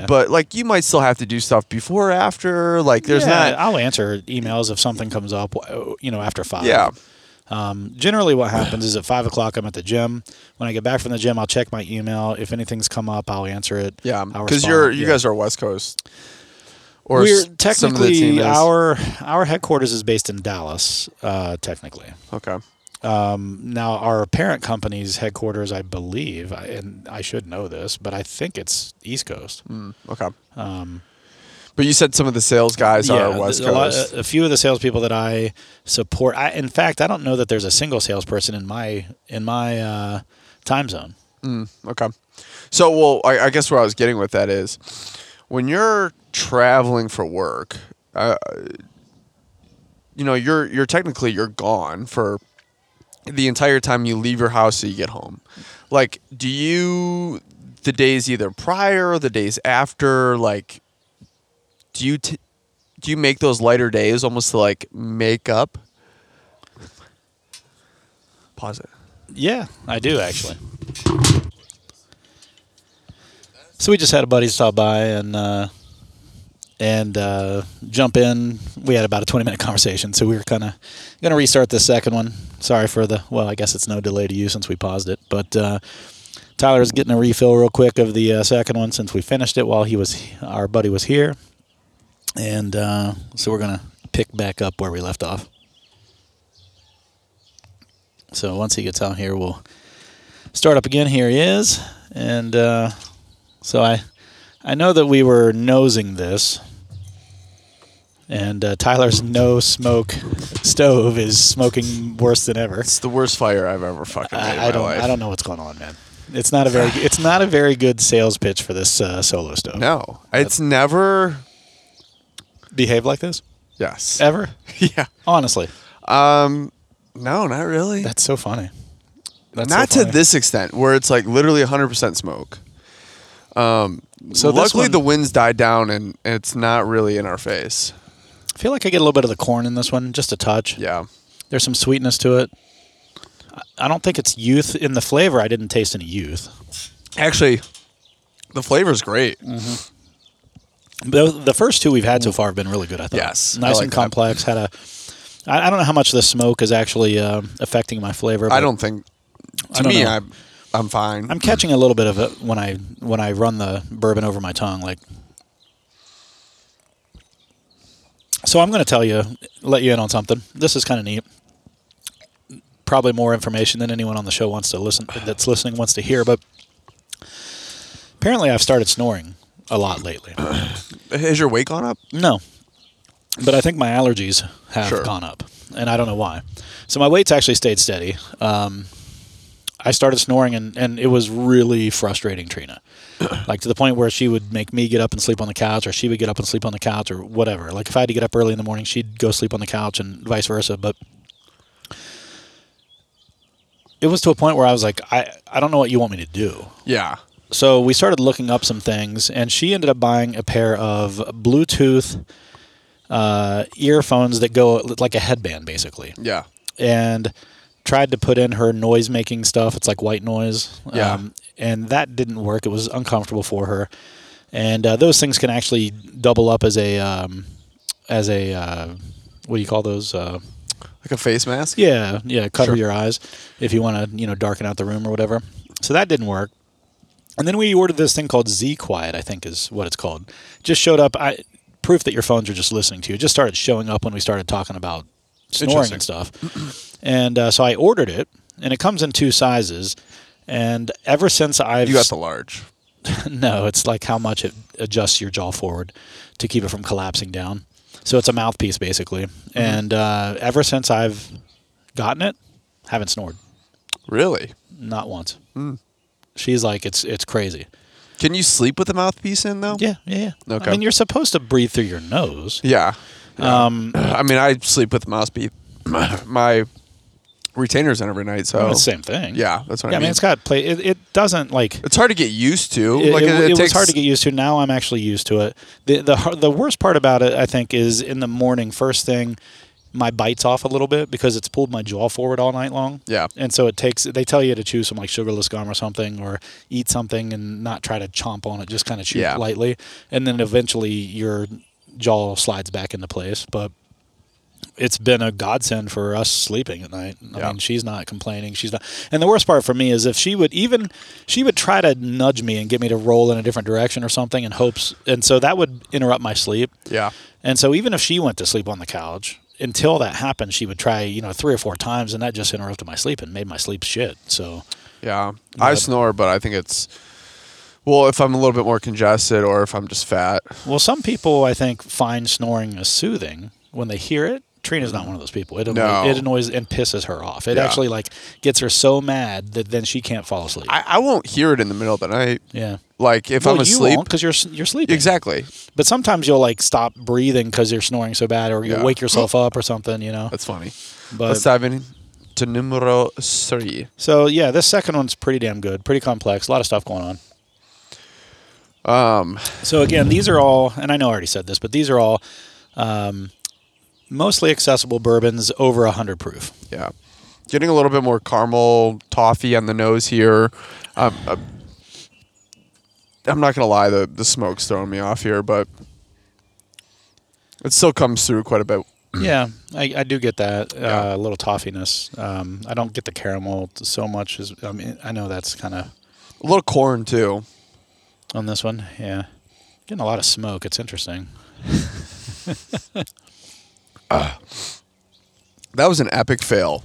[SPEAKER 1] <laughs> Yeah.
[SPEAKER 2] but like you might still have to do stuff before, or after. Like there's
[SPEAKER 1] yeah,
[SPEAKER 2] not.
[SPEAKER 1] I'll answer emails if something comes up, you know, after five.
[SPEAKER 2] Yeah,
[SPEAKER 1] Um, generally, what happens is at five o'clock, I'm at the gym. When I get back from the gym, I'll check my email. If anything's come up, I'll answer it.
[SPEAKER 2] yeah.
[SPEAKER 1] I'll
[SPEAKER 2] Because
[SPEAKER 1] respond.
[SPEAKER 2] you're you
[SPEAKER 1] Yeah.
[SPEAKER 2] guys are West Coast. Or
[SPEAKER 1] we're
[SPEAKER 2] s- some of the
[SPEAKER 1] technically
[SPEAKER 2] team is.
[SPEAKER 1] our our headquarters is based in Dallas. Uh, technically,
[SPEAKER 2] okay.
[SPEAKER 1] now our parent company's headquarters, I believe, I- and I should know this, but I think it's East Coast.
[SPEAKER 2] Mm, okay. Um, but you said some of the sales guys are West
[SPEAKER 1] th- a, lot- uh,
[SPEAKER 2] Coast.
[SPEAKER 1] a few of the salespeople that I support. I, in fact, I don't know that there's a single salesperson in my in my uh, time zone.
[SPEAKER 2] okay. So well, I, I guess where I was getting with that is when you're traveling for work. Uh, you know, you're you're technically you're gone for the entire time you leave your house so you get home. Like, do you the days either prior or the days after? Like, do you t- do you make those lighter days almost to like make up? Pause it.
[SPEAKER 1] Yeah, I do actually. So we just had a buddy stop by and uh, and uh, jump in. We had about a twenty minute conversation, so we were kind of going to restart the second one. Sorry for the well, I guess it's no delay to you since we paused it, but. Uh, Tyler's getting a refill real quick of the uh, second one since we finished it while he was our buddy was here, and uh, so we're gonna pick back up where we left off. So once he gets out here, we'll start up again. Here he is, and uh, so I I know that we were nosing this, and uh, Tyler's no smoke stove is smoking worse than ever.
[SPEAKER 2] It's the worst fire I've ever fucking made in
[SPEAKER 1] I, I
[SPEAKER 2] my
[SPEAKER 1] don't
[SPEAKER 2] life.
[SPEAKER 1] I don't know what's going on, man. It's not a
[SPEAKER 2] <laughs>
[SPEAKER 1] very it's not a very good sales pitch for this uh, solo stove.
[SPEAKER 2] No, it's never.
[SPEAKER 1] Behave like this
[SPEAKER 2] Yes.
[SPEAKER 1] ever?
[SPEAKER 2] <laughs> Yeah.
[SPEAKER 1] Honestly,
[SPEAKER 2] Um. No, not really.
[SPEAKER 1] that's so funny. That's so
[SPEAKER 2] not to
[SPEAKER 1] funny.
[SPEAKER 2] this extent, where it's like literally 100% smoke. Um.
[SPEAKER 1] So
[SPEAKER 2] So
[SPEAKER 1] this
[SPEAKER 2] luckily
[SPEAKER 1] one-
[SPEAKER 2] the winds died down and it's not really in our face.
[SPEAKER 1] I feel like I get a little bit of the corn in this one, just a touch.
[SPEAKER 2] Yeah.
[SPEAKER 1] There's some sweetness to it. I- I don't think it's youth in the flavor. I didn't taste any youth.
[SPEAKER 2] Actually, the flavor's great.
[SPEAKER 1] Mm. The, the first two we've had so far have been really good. I thought.
[SPEAKER 2] Yes, I
[SPEAKER 1] nice
[SPEAKER 2] like
[SPEAKER 1] and
[SPEAKER 2] that.
[SPEAKER 1] complex. Had a. I, I don't know how much the smoke is actually um affecting my flavor.
[SPEAKER 2] I
[SPEAKER 1] but
[SPEAKER 2] don't think. To
[SPEAKER 1] I don't
[SPEAKER 2] me,
[SPEAKER 1] know.
[SPEAKER 2] I'm I'm fine.
[SPEAKER 1] I'm catching a little bit of it when I when I run the bourbon over my tongue, like. So I'm going to tell you, let you in on something. This is kind of neat. Probably more information than anyone on the show wants to listen that's listening wants to hear, but apparently I've started snoring a lot lately.
[SPEAKER 2] Has your weight gone up?
[SPEAKER 1] No. But I think my allergies have
[SPEAKER 2] Sure.
[SPEAKER 1] gone up, and I don't know why. So my weight's actually stayed steady. Um, I started snoring, and, and it was really frustrating Trina. like to the point where she would make me get up and sleep on the couch, or she would get up and sleep on the couch, or whatever. Like if I had to get up early in the morning, she'd go sleep on the couch, and vice versa. But it was to a point where I was like, I, I don't know what you want me to do.
[SPEAKER 2] Yeah.
[SPEAKER 1] So we started looking up some things, and she ended up buying a pair of Bluetooth uh, earphones that go like a headband, basically,
[SPEAKER 2] Yeah.
[SPEAKER 1] and tried to put in her noise making stuff. It's like white noise. Um,
[SPEAKER 2] Yeah.
[SPEAKER 1] and that didn't work. It was uncomfortable for her. And uh, those things can actually double up as a, um, as a, uh, what do you call those? Uh,
[SPEAKER 2] Like a face mask?
[SPEAKER 1] yeah, yeah, cover
[SPEAKER 2] Sure.
[SPEAKER 1] your eyes if you want to, you know, darken out the room or whatever. So that didn't work. And then we ordered this thing called Z Quiet, I think is what it's called. Just showed up. I proof that your phones are just listening to you. It just started showing up when we started talking about snoring and stuff. and uh, so I ordered it, and it comes in two sizes. And ever since I've
[SPEAKER 2] You got the large.
[SPEAKER 1] no, it's like how much it adjusts your jaw forward to keep it from collapsing down. So it's a mouthpiece basically. And uh, ever since I've gotten it, haven't snored
[SPEAKER 2] Really?
[SPEAKER 1] not once. She's like, it's it's crazy.
[SPEAKER 2] Can you sleep with the mouthpiece in though?
[SPEAKER 1] Yeah, yeah, yeah.
[SPEAKER 2] Okay.
[SPEAKER 1] I mean, you're supposed to breathe through your nose.
[SPEAKER 2] Yeah. Um, <clears throat> I mean, I sleep with the mouthpiece. <clears throat> My retainers in every night, so
[SPEAKER 1] It's the Oh, same thing.
[SPEAKER 2] Yeah, that's what
[SPEAKER 1] yeah,
[SPEAKER 2] I
[SPEAKER 1] I
[SPEAKER 2] mean.
[SPEAKER 1] mean, it's got play. It, it doesn't like.
[SPEAKER 2] it's hard to get used to.
[SPEAKER 1] It,
[SPEAKER 2] like
[SPEAKER 1] it-
[SPEAKER 2] it,
[SPEAKER 1] it was
[SPEAKER 2] takes
[SPEAKER 1] hard to get used to. Now I'm actually used to it. the the har- The worst part about it, I think, is in the morning. First thing, my bite's off a little bit because it's pulled my jaw forward all night long.
[SPEAKER 2] Yeah.
[SPEAKER 1] and so it takes. They tell you to chew some like sugarless gum or something, or eat something and not try to chomp on it. Just kind of chew
[SPEAKER 2] Yeah.
[SPEAKER 1] lightly, and then eventually your jaw slides back into place. But it's been a godsend for us sleeping at night. I
[SPEAKER 2] Yeah.
[SPEAKER 1] mean, she's not complaining. She's not. And the worst part for me is if she would even she would try to nudge me and get me to roll in a different direction or something in hopes and so that would interrupt my sleep.
[SPEAKER 2] Yeah.
[SPEAKER 1] And so even if she went to sleep on the couch, until that happened, she would try, you know, three or four times and that just interrupted my sleep and made my sleep shit. So
[SPEAKER 2] Yeah. I
[SPEAKER 1] But-
[SPEAKER 2] snore, but I think it's well, if I'm a little bit more congested or if I'm just fat.
[SPEAKER 1] well some people I think find snoring as soothing when they hear it. Trina's not one of those people. It, annoys,
[SPEAKER 2] No.
[SPEAKER 1] it annoys and pisses her off. It
[SPEAKER 2] Yeah.
[SPEAKER 1] actually like gets her so mad that then she can't fall asleep.
[SPEAKER 2] I, I won't hear it in the middle of the night.
[SPEAKER 1] Yeah.
[SPEAKER 2] Like if I'm
[SPEAKER 1] well, you
[SPEAKER 2] asleep.
[SPEAKER 1] won't because you're s- you're sleeping.
[SPEAKER 2] Exactly.
[SPEAKER 1] But sometimes you'll like stop breathing because you're snoring so bad, or you
[SPEAKER 2] Yeah.
[SPEAKER 1] wake yourself up or something. You know.
[SPEAKER 2] That's funny.
[SPEAKER 1] But
[SPEAKER 2] Let's dive in to numero three.
[SPEAKER 1] so yeah, this second one's pretty damn good, pretty complex, a lot of stuff going on.
[SPEAKER 2] Um,
[SPEAKER 1] So again, these are all, and I know I already said this, but these are all um, mostly accessible bourbons over hundred proof.
[SPEAKER 2] yeah. Getting a little bit more caramel toffee on the nose here. Um, uh, I'm not gonna lie, the the smoke's throwing me off here, but it still comes through quite a bit.
[SPEAKER 1] yeah, I, I do get that uh,
[SPEAKER 2] Mm. Yeah.
[SPEAKER 1] a little toffiness. Um, I don't get the caramel so much as I mean, I know that's kind of
[SPEAKER 2] A little corn too.
[SPEAKER 1] on this one. Yeah, getting a lot of smoke. It's interesting.
[SPEAKER 2] That was an epic fail.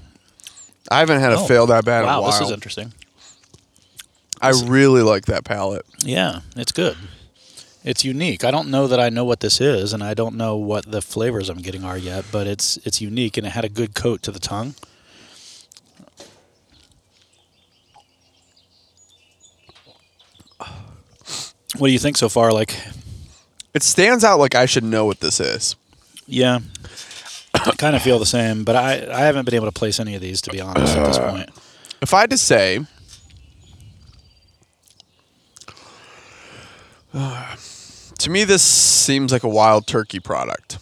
[SPEAKER 2] I haven't had a
[SPEAKER 1] Oh.
[SPEAKER 2] fail that bad in
[SPEAKER 1] wow,
[SPEAKER 2] a while.
[SPEAKER 1] this is interesting.
[SPEAKER 2] I really like that palette.
[SPEAKER 1] Yeah, it's good. It's unique. I don't know that I know what this is, and I don't know what the flavors I'm getting are yet, but it's it's unique and it had a good coat to the tongue. What do you think so far? Like,
[SPEAKER 2] It stands out like I should know what this is.
[SPEAKER 1] yeah, I kind of feel the same, but I, I haven't been able to place any of these to be honest at this
[SPEAKER 2] Uh,
[SPEAKER 1] point.
[SPEAKER 2] If I had to say, <sighs> to me, this seems like a wild turkey product.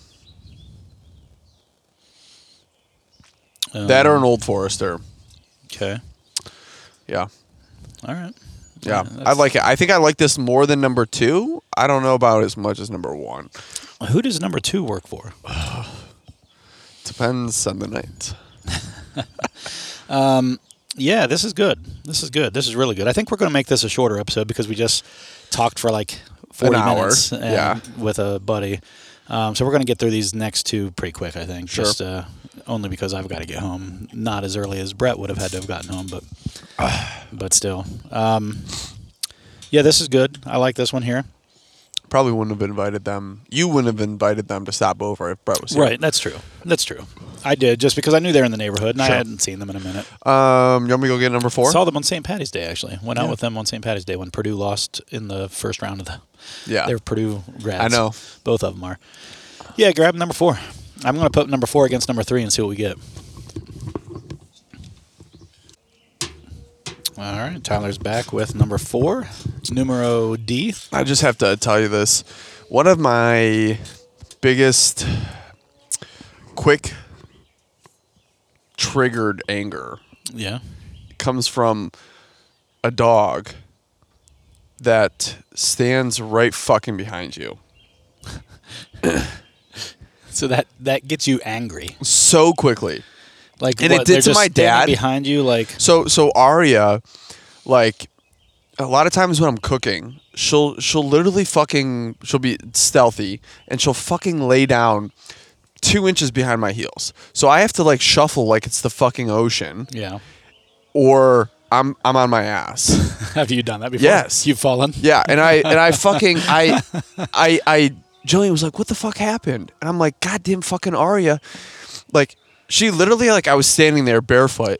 [SPEAKER 1] Um,
[SPEAKER 2] That or an Old Forester.
[SPEAKER 1] okay,
[SPEAKER 2] Yeah.
[SPEAKER 1] all right.
[SPEAKER 2] Yeah. I
[SPEAKER 1] that's-
[SPEAKER 2] like it. I think I like this more than number two. I don't know about as much as number one.
[SPEAKER 1] Who does number two work for?
[SPEAKER 2] Depends on the night.
[SPEAKER 1] Yeah, this is good. This is good. This is really good. I think we're going to make this a shorter episode because we just talked for like 40
[SPEAKER 2] An hour,
[SPEAKER 1] minutes and-
[SPEAKER 2] yeah.
[SPEAKER 1] with a buddy. Um, so we're going to get through these next two pretty quick, I think.
[SPEAKER 2] Sure.
[SPEAKER 1] Just uh, only because I've got to get home. Not as early as Brett would have had to have gotten home,
[SPEAKER 2] <sighs>
[SPEAKER 1] but but still. Um, yeah, this is good. I like this one here.
[SPEAKER 2] Probably wouldn't have invited them. You wouldn't have invited them to stop over if Brett was here.
[SPEAKER 1] Right, that's true. That's true. I did just because I knew they were in the neighborhood and I
[SPEAKER 2] Sure.
[SPEAKER 1] hadn't seen them in a minute.
[SPEAKER 2] Um, you want me to go get number four?
[SPEAKER 1] Saw them on St. Patty's Day actually. Went out
[SPEAKER 2] Yeah.
[SPEAKER 1] with them on St. Patty's Day when Purdue lost in the first round of the
[SPEAKER 2] yeah.
[SPEAKER 1] They're Purdue grads.
[SPEAKER 2] I know.
[SPEAKER 1] Both of them are. Yeah, grab number four. I'm going to put number four against number three and see what we get. All right, Tyler's back with number four. It's numero D.
[SPEAKER 2] I just have to tell you this. One of my biggest quick triggered anger
[SPEAKER 1] Yeah.
[SPEAKER 2] comes from a dog that stands right fucking behind you.
[SPEAKER 1] So that that gets you angry.
[SPEAKER 2] So quickly.
[SPEAKER 1] Like
[SPEAKER 2] And it
[SPEAKER 1] what,
[SPEAKER 2] did
[SPEAKER 1] they're
[SPEAKER 2] to
[SPEAKER 1] just
[SPEAKER 2] my
[SPEAKER 1] standing
[SPEAKER 2] dad.
[SPEAKER 1] behind you. Like
[SPEAKER 2] So so Aria, like a lot of times when I'm cooking, she'll she'll literally fucking she'll be stealthy and she'll fucking lay down two inches behind my heels. So I have to like shuffle like it's the fucking ocean,
[SPEAKER 1] yeah. <laughs>
[SPEAKER 2] or I'm I'm on my ass. <laughs>
[SPEAKER 1] Have you done that before?
[SPEAKER 2] Yes.
[SPEAKER 1] You've fallen.
[SPEAKER 2] Yeah, and I and
[SPEAKER 1] <laughs>
[SPEAKER 2] I fucking I I I Jillian was like, "What the fuck happened?" And I'm like, "Goddamn fucking Aria!" Like she literally like I was standing there barefoot,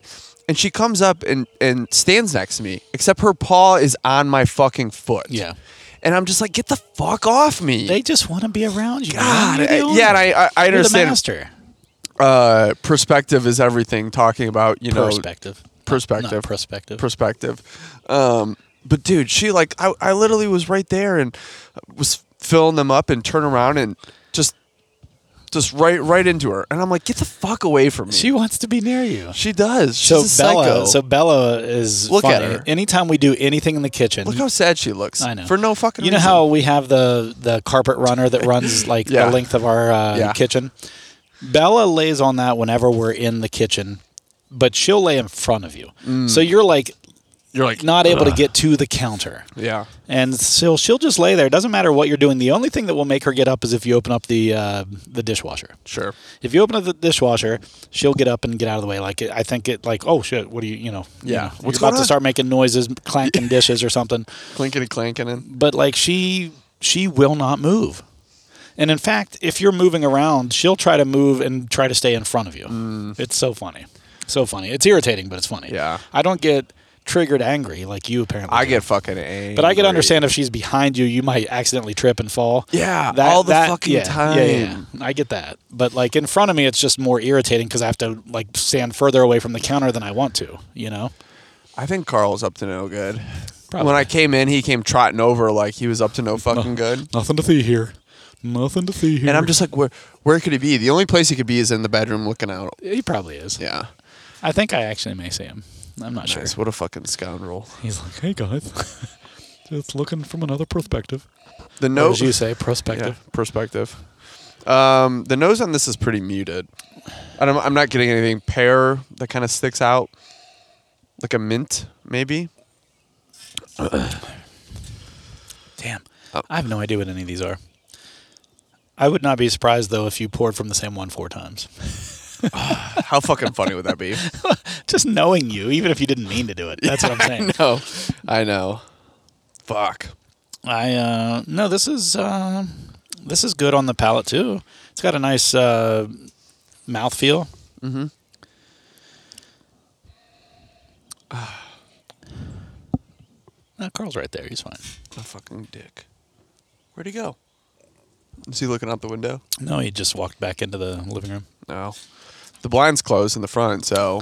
[SPEAKER 2] and she comes up and and stands next to me, except her paw is on my fucking foot.
[SPEAKER 1] Yeah.
[SPEAKER 2] and I'm just like, "Get the fuck off me!"
[SPEAKER 1] They just want to be around you. man.
[SPEAKER 2] God,
[SPEAKER 1] You're the
[SPEAKER 2] I-
[SPEAKER 1] owner.
[SPEAKER 2] yeah, and I- I- I
[SPEAKER 1] You're
[SPEAKER 2] understand.
[SPEAKER 1] The master
[SPEAKER 2] uh, perspective is everything. Talking about you know
[SPEAKER 1] perspective.
[SPEAKER 2] perspective.
[SPEAKER 1] Not perspective.
[SPEAKER 2] perspective. Um, but dude, she like I, I literally was right there and was filling them up and turn around and just just right right into her. And I'm like, get the fuck away from me.
[SPEAKER 1] she wants to be near you.
[SPEAKER 2] she does. She's
[SPEAKER 1] So
[SPEAKER 2] a
[SPEAKER 1] Bella,
[SPEAKER 2] psycho.
[SPEAKER 1] so Bella is
[SPEAKER 2] Look
[SPEAKER 1] funny.
[SPEAKER 2] at her.
[SPEAKER 1] Anytime we do anything in the kitchen,
[SPEAKER 2] Look how sad she looks.
[SPEAKER 1] I know
[SPEAKER 2] For no fucking
[SPEAKER 1] You know
[SPEAKER 2] reason.
[SPEAKER 1] how we have the the carpet runner that runs
[SPEAKER 2] <laughs>
[SPEAKER 1] like
[SPEAKER 2] Yeah.
[SPEAKER 1] the length of our uh,
[SPEAKER 2] Yeah.
[SPEAKER 1] kitchen. Bella lays on that whenever we're in the kitchen, but she'll lay in front of you,
[SPEAKER 2] Mm.
[SPEAKER 1] so you're like
[SPEAKER 2] you're like
[SPEAKER 1] not able to get to the counter.
[SPEAKER 2] Yeah.
[SPEAKER 1] And so she'll just lay there. It doesn't matter what you're doing. The only thing that will make her get up is if you open up the uh, the dishwasher.
[SPEAKER 2] Sure.
[SPEAKER 1] If you open up the dishwasher, she'll get up and get out of the way. Like I think it, like oh shit, what do you, you know? you
[SPEAKER 2] Yeah.
[SPEAKER 1] know, you're about
[SPEAKER 2] What's going
[SPEAKER 1] to
[SPEAKER 2] on?
[SPEAKER 1] start making noises, clanking
[SPEAKER 2] <laughs>
[SPEAKER 1] dishes or something.
[SPEAKER 2] Clinkety clanking in.
[SPEAKER 1] But like she, she will not move. And in fact, if you're moving around, she'll try to move and try to stay in front of you. It's so funny, so funny. It's irritating, but it's funny.
[SPEAKER 2] Mm. Yeah.
[SPEAKER 1] I don't get triggered angry like you apparently.
[SPEAKER 2] I
[SPEAKER 1] do.
[SPEAKER 2] get fucking angry.
[SPEAKER 1] But I can understand if she's behind you, you might accidentally trip and fall.
[SPEAKER 2] Yeah, all the fucking
[SPEAKER 1] yeah, Yeah, yeah,
[SPEAKER 2] time.
[SPEAKER 1] I get that. But like in front of me, it's just more irritating because I have to like stand further away from the counter than I want to. You know?
[SPEAKER 2] I think Carl's up to no good.
[SPEAKER 1] Probably.
[SPEAKER 2] When I came in, he came trotting over like he was
[SPEAKER 1] <laughs>
[SPEAKER 2] up to no fucking good.
[SPEAKER 1] Nothing to see here. Nothing to see here.
[SPEAKER 2] And I'm just like, where where could he be? The only place he could be is in the bedroom looking out.
[SPEAKER 1] He probably is.
[SPEAKER 2] Yeah.
[SPEAKER 1] I think I actually may see him. I'm not
[SPEAKER 2] Nice.
[SPEAKER 1] sure.
[SPEAKER 2] What a fucking scoundrel.
[SPEAKER 1] He's like, hey guys, <laughs> just looking from another perspective.
[SPEAKER 2] The
[SPEAKER 1] No, as
[SPEAKER 2] nose.
[SPEAKER 1] you say,
[SPEAKER 2] yeah,
[SPEAKER 1] perspective.
[SPEAKER 2] perspective. Um, the nose on this is pretty muted. I don't, I'm not getting anything pear that kind of sticks out, like a mint maybe.
[SPEAKER 1] Damn,
[SPEAKER 2] Oh.
[SPEAKER 1] I have no idea what any of these are. I would not be surprised though if you poured from the same one four times. <laughs>
[SPEAKER 2] How fucking funny would that be? <laughs>
[SPEAKER 1] Just knowing you, even if you didn't mean to do it. That's what I'm saying.
[SPEAKER 2] I know. I know. Fuck.
[SPEAKER 1] I uh, no, this is uh, this is good on the palate too. It's got a nice uh, mouth feel. Mm-hmm. <sighs> No, Carl's right there. He's fine.
[SPEAKER 2] A fucking dick. Where'd he go? Is he looking out the window?
[SPEAKER 1] No, he just walked back into the living room.
[SPEAKER 2] No. The blind's closed in the front, so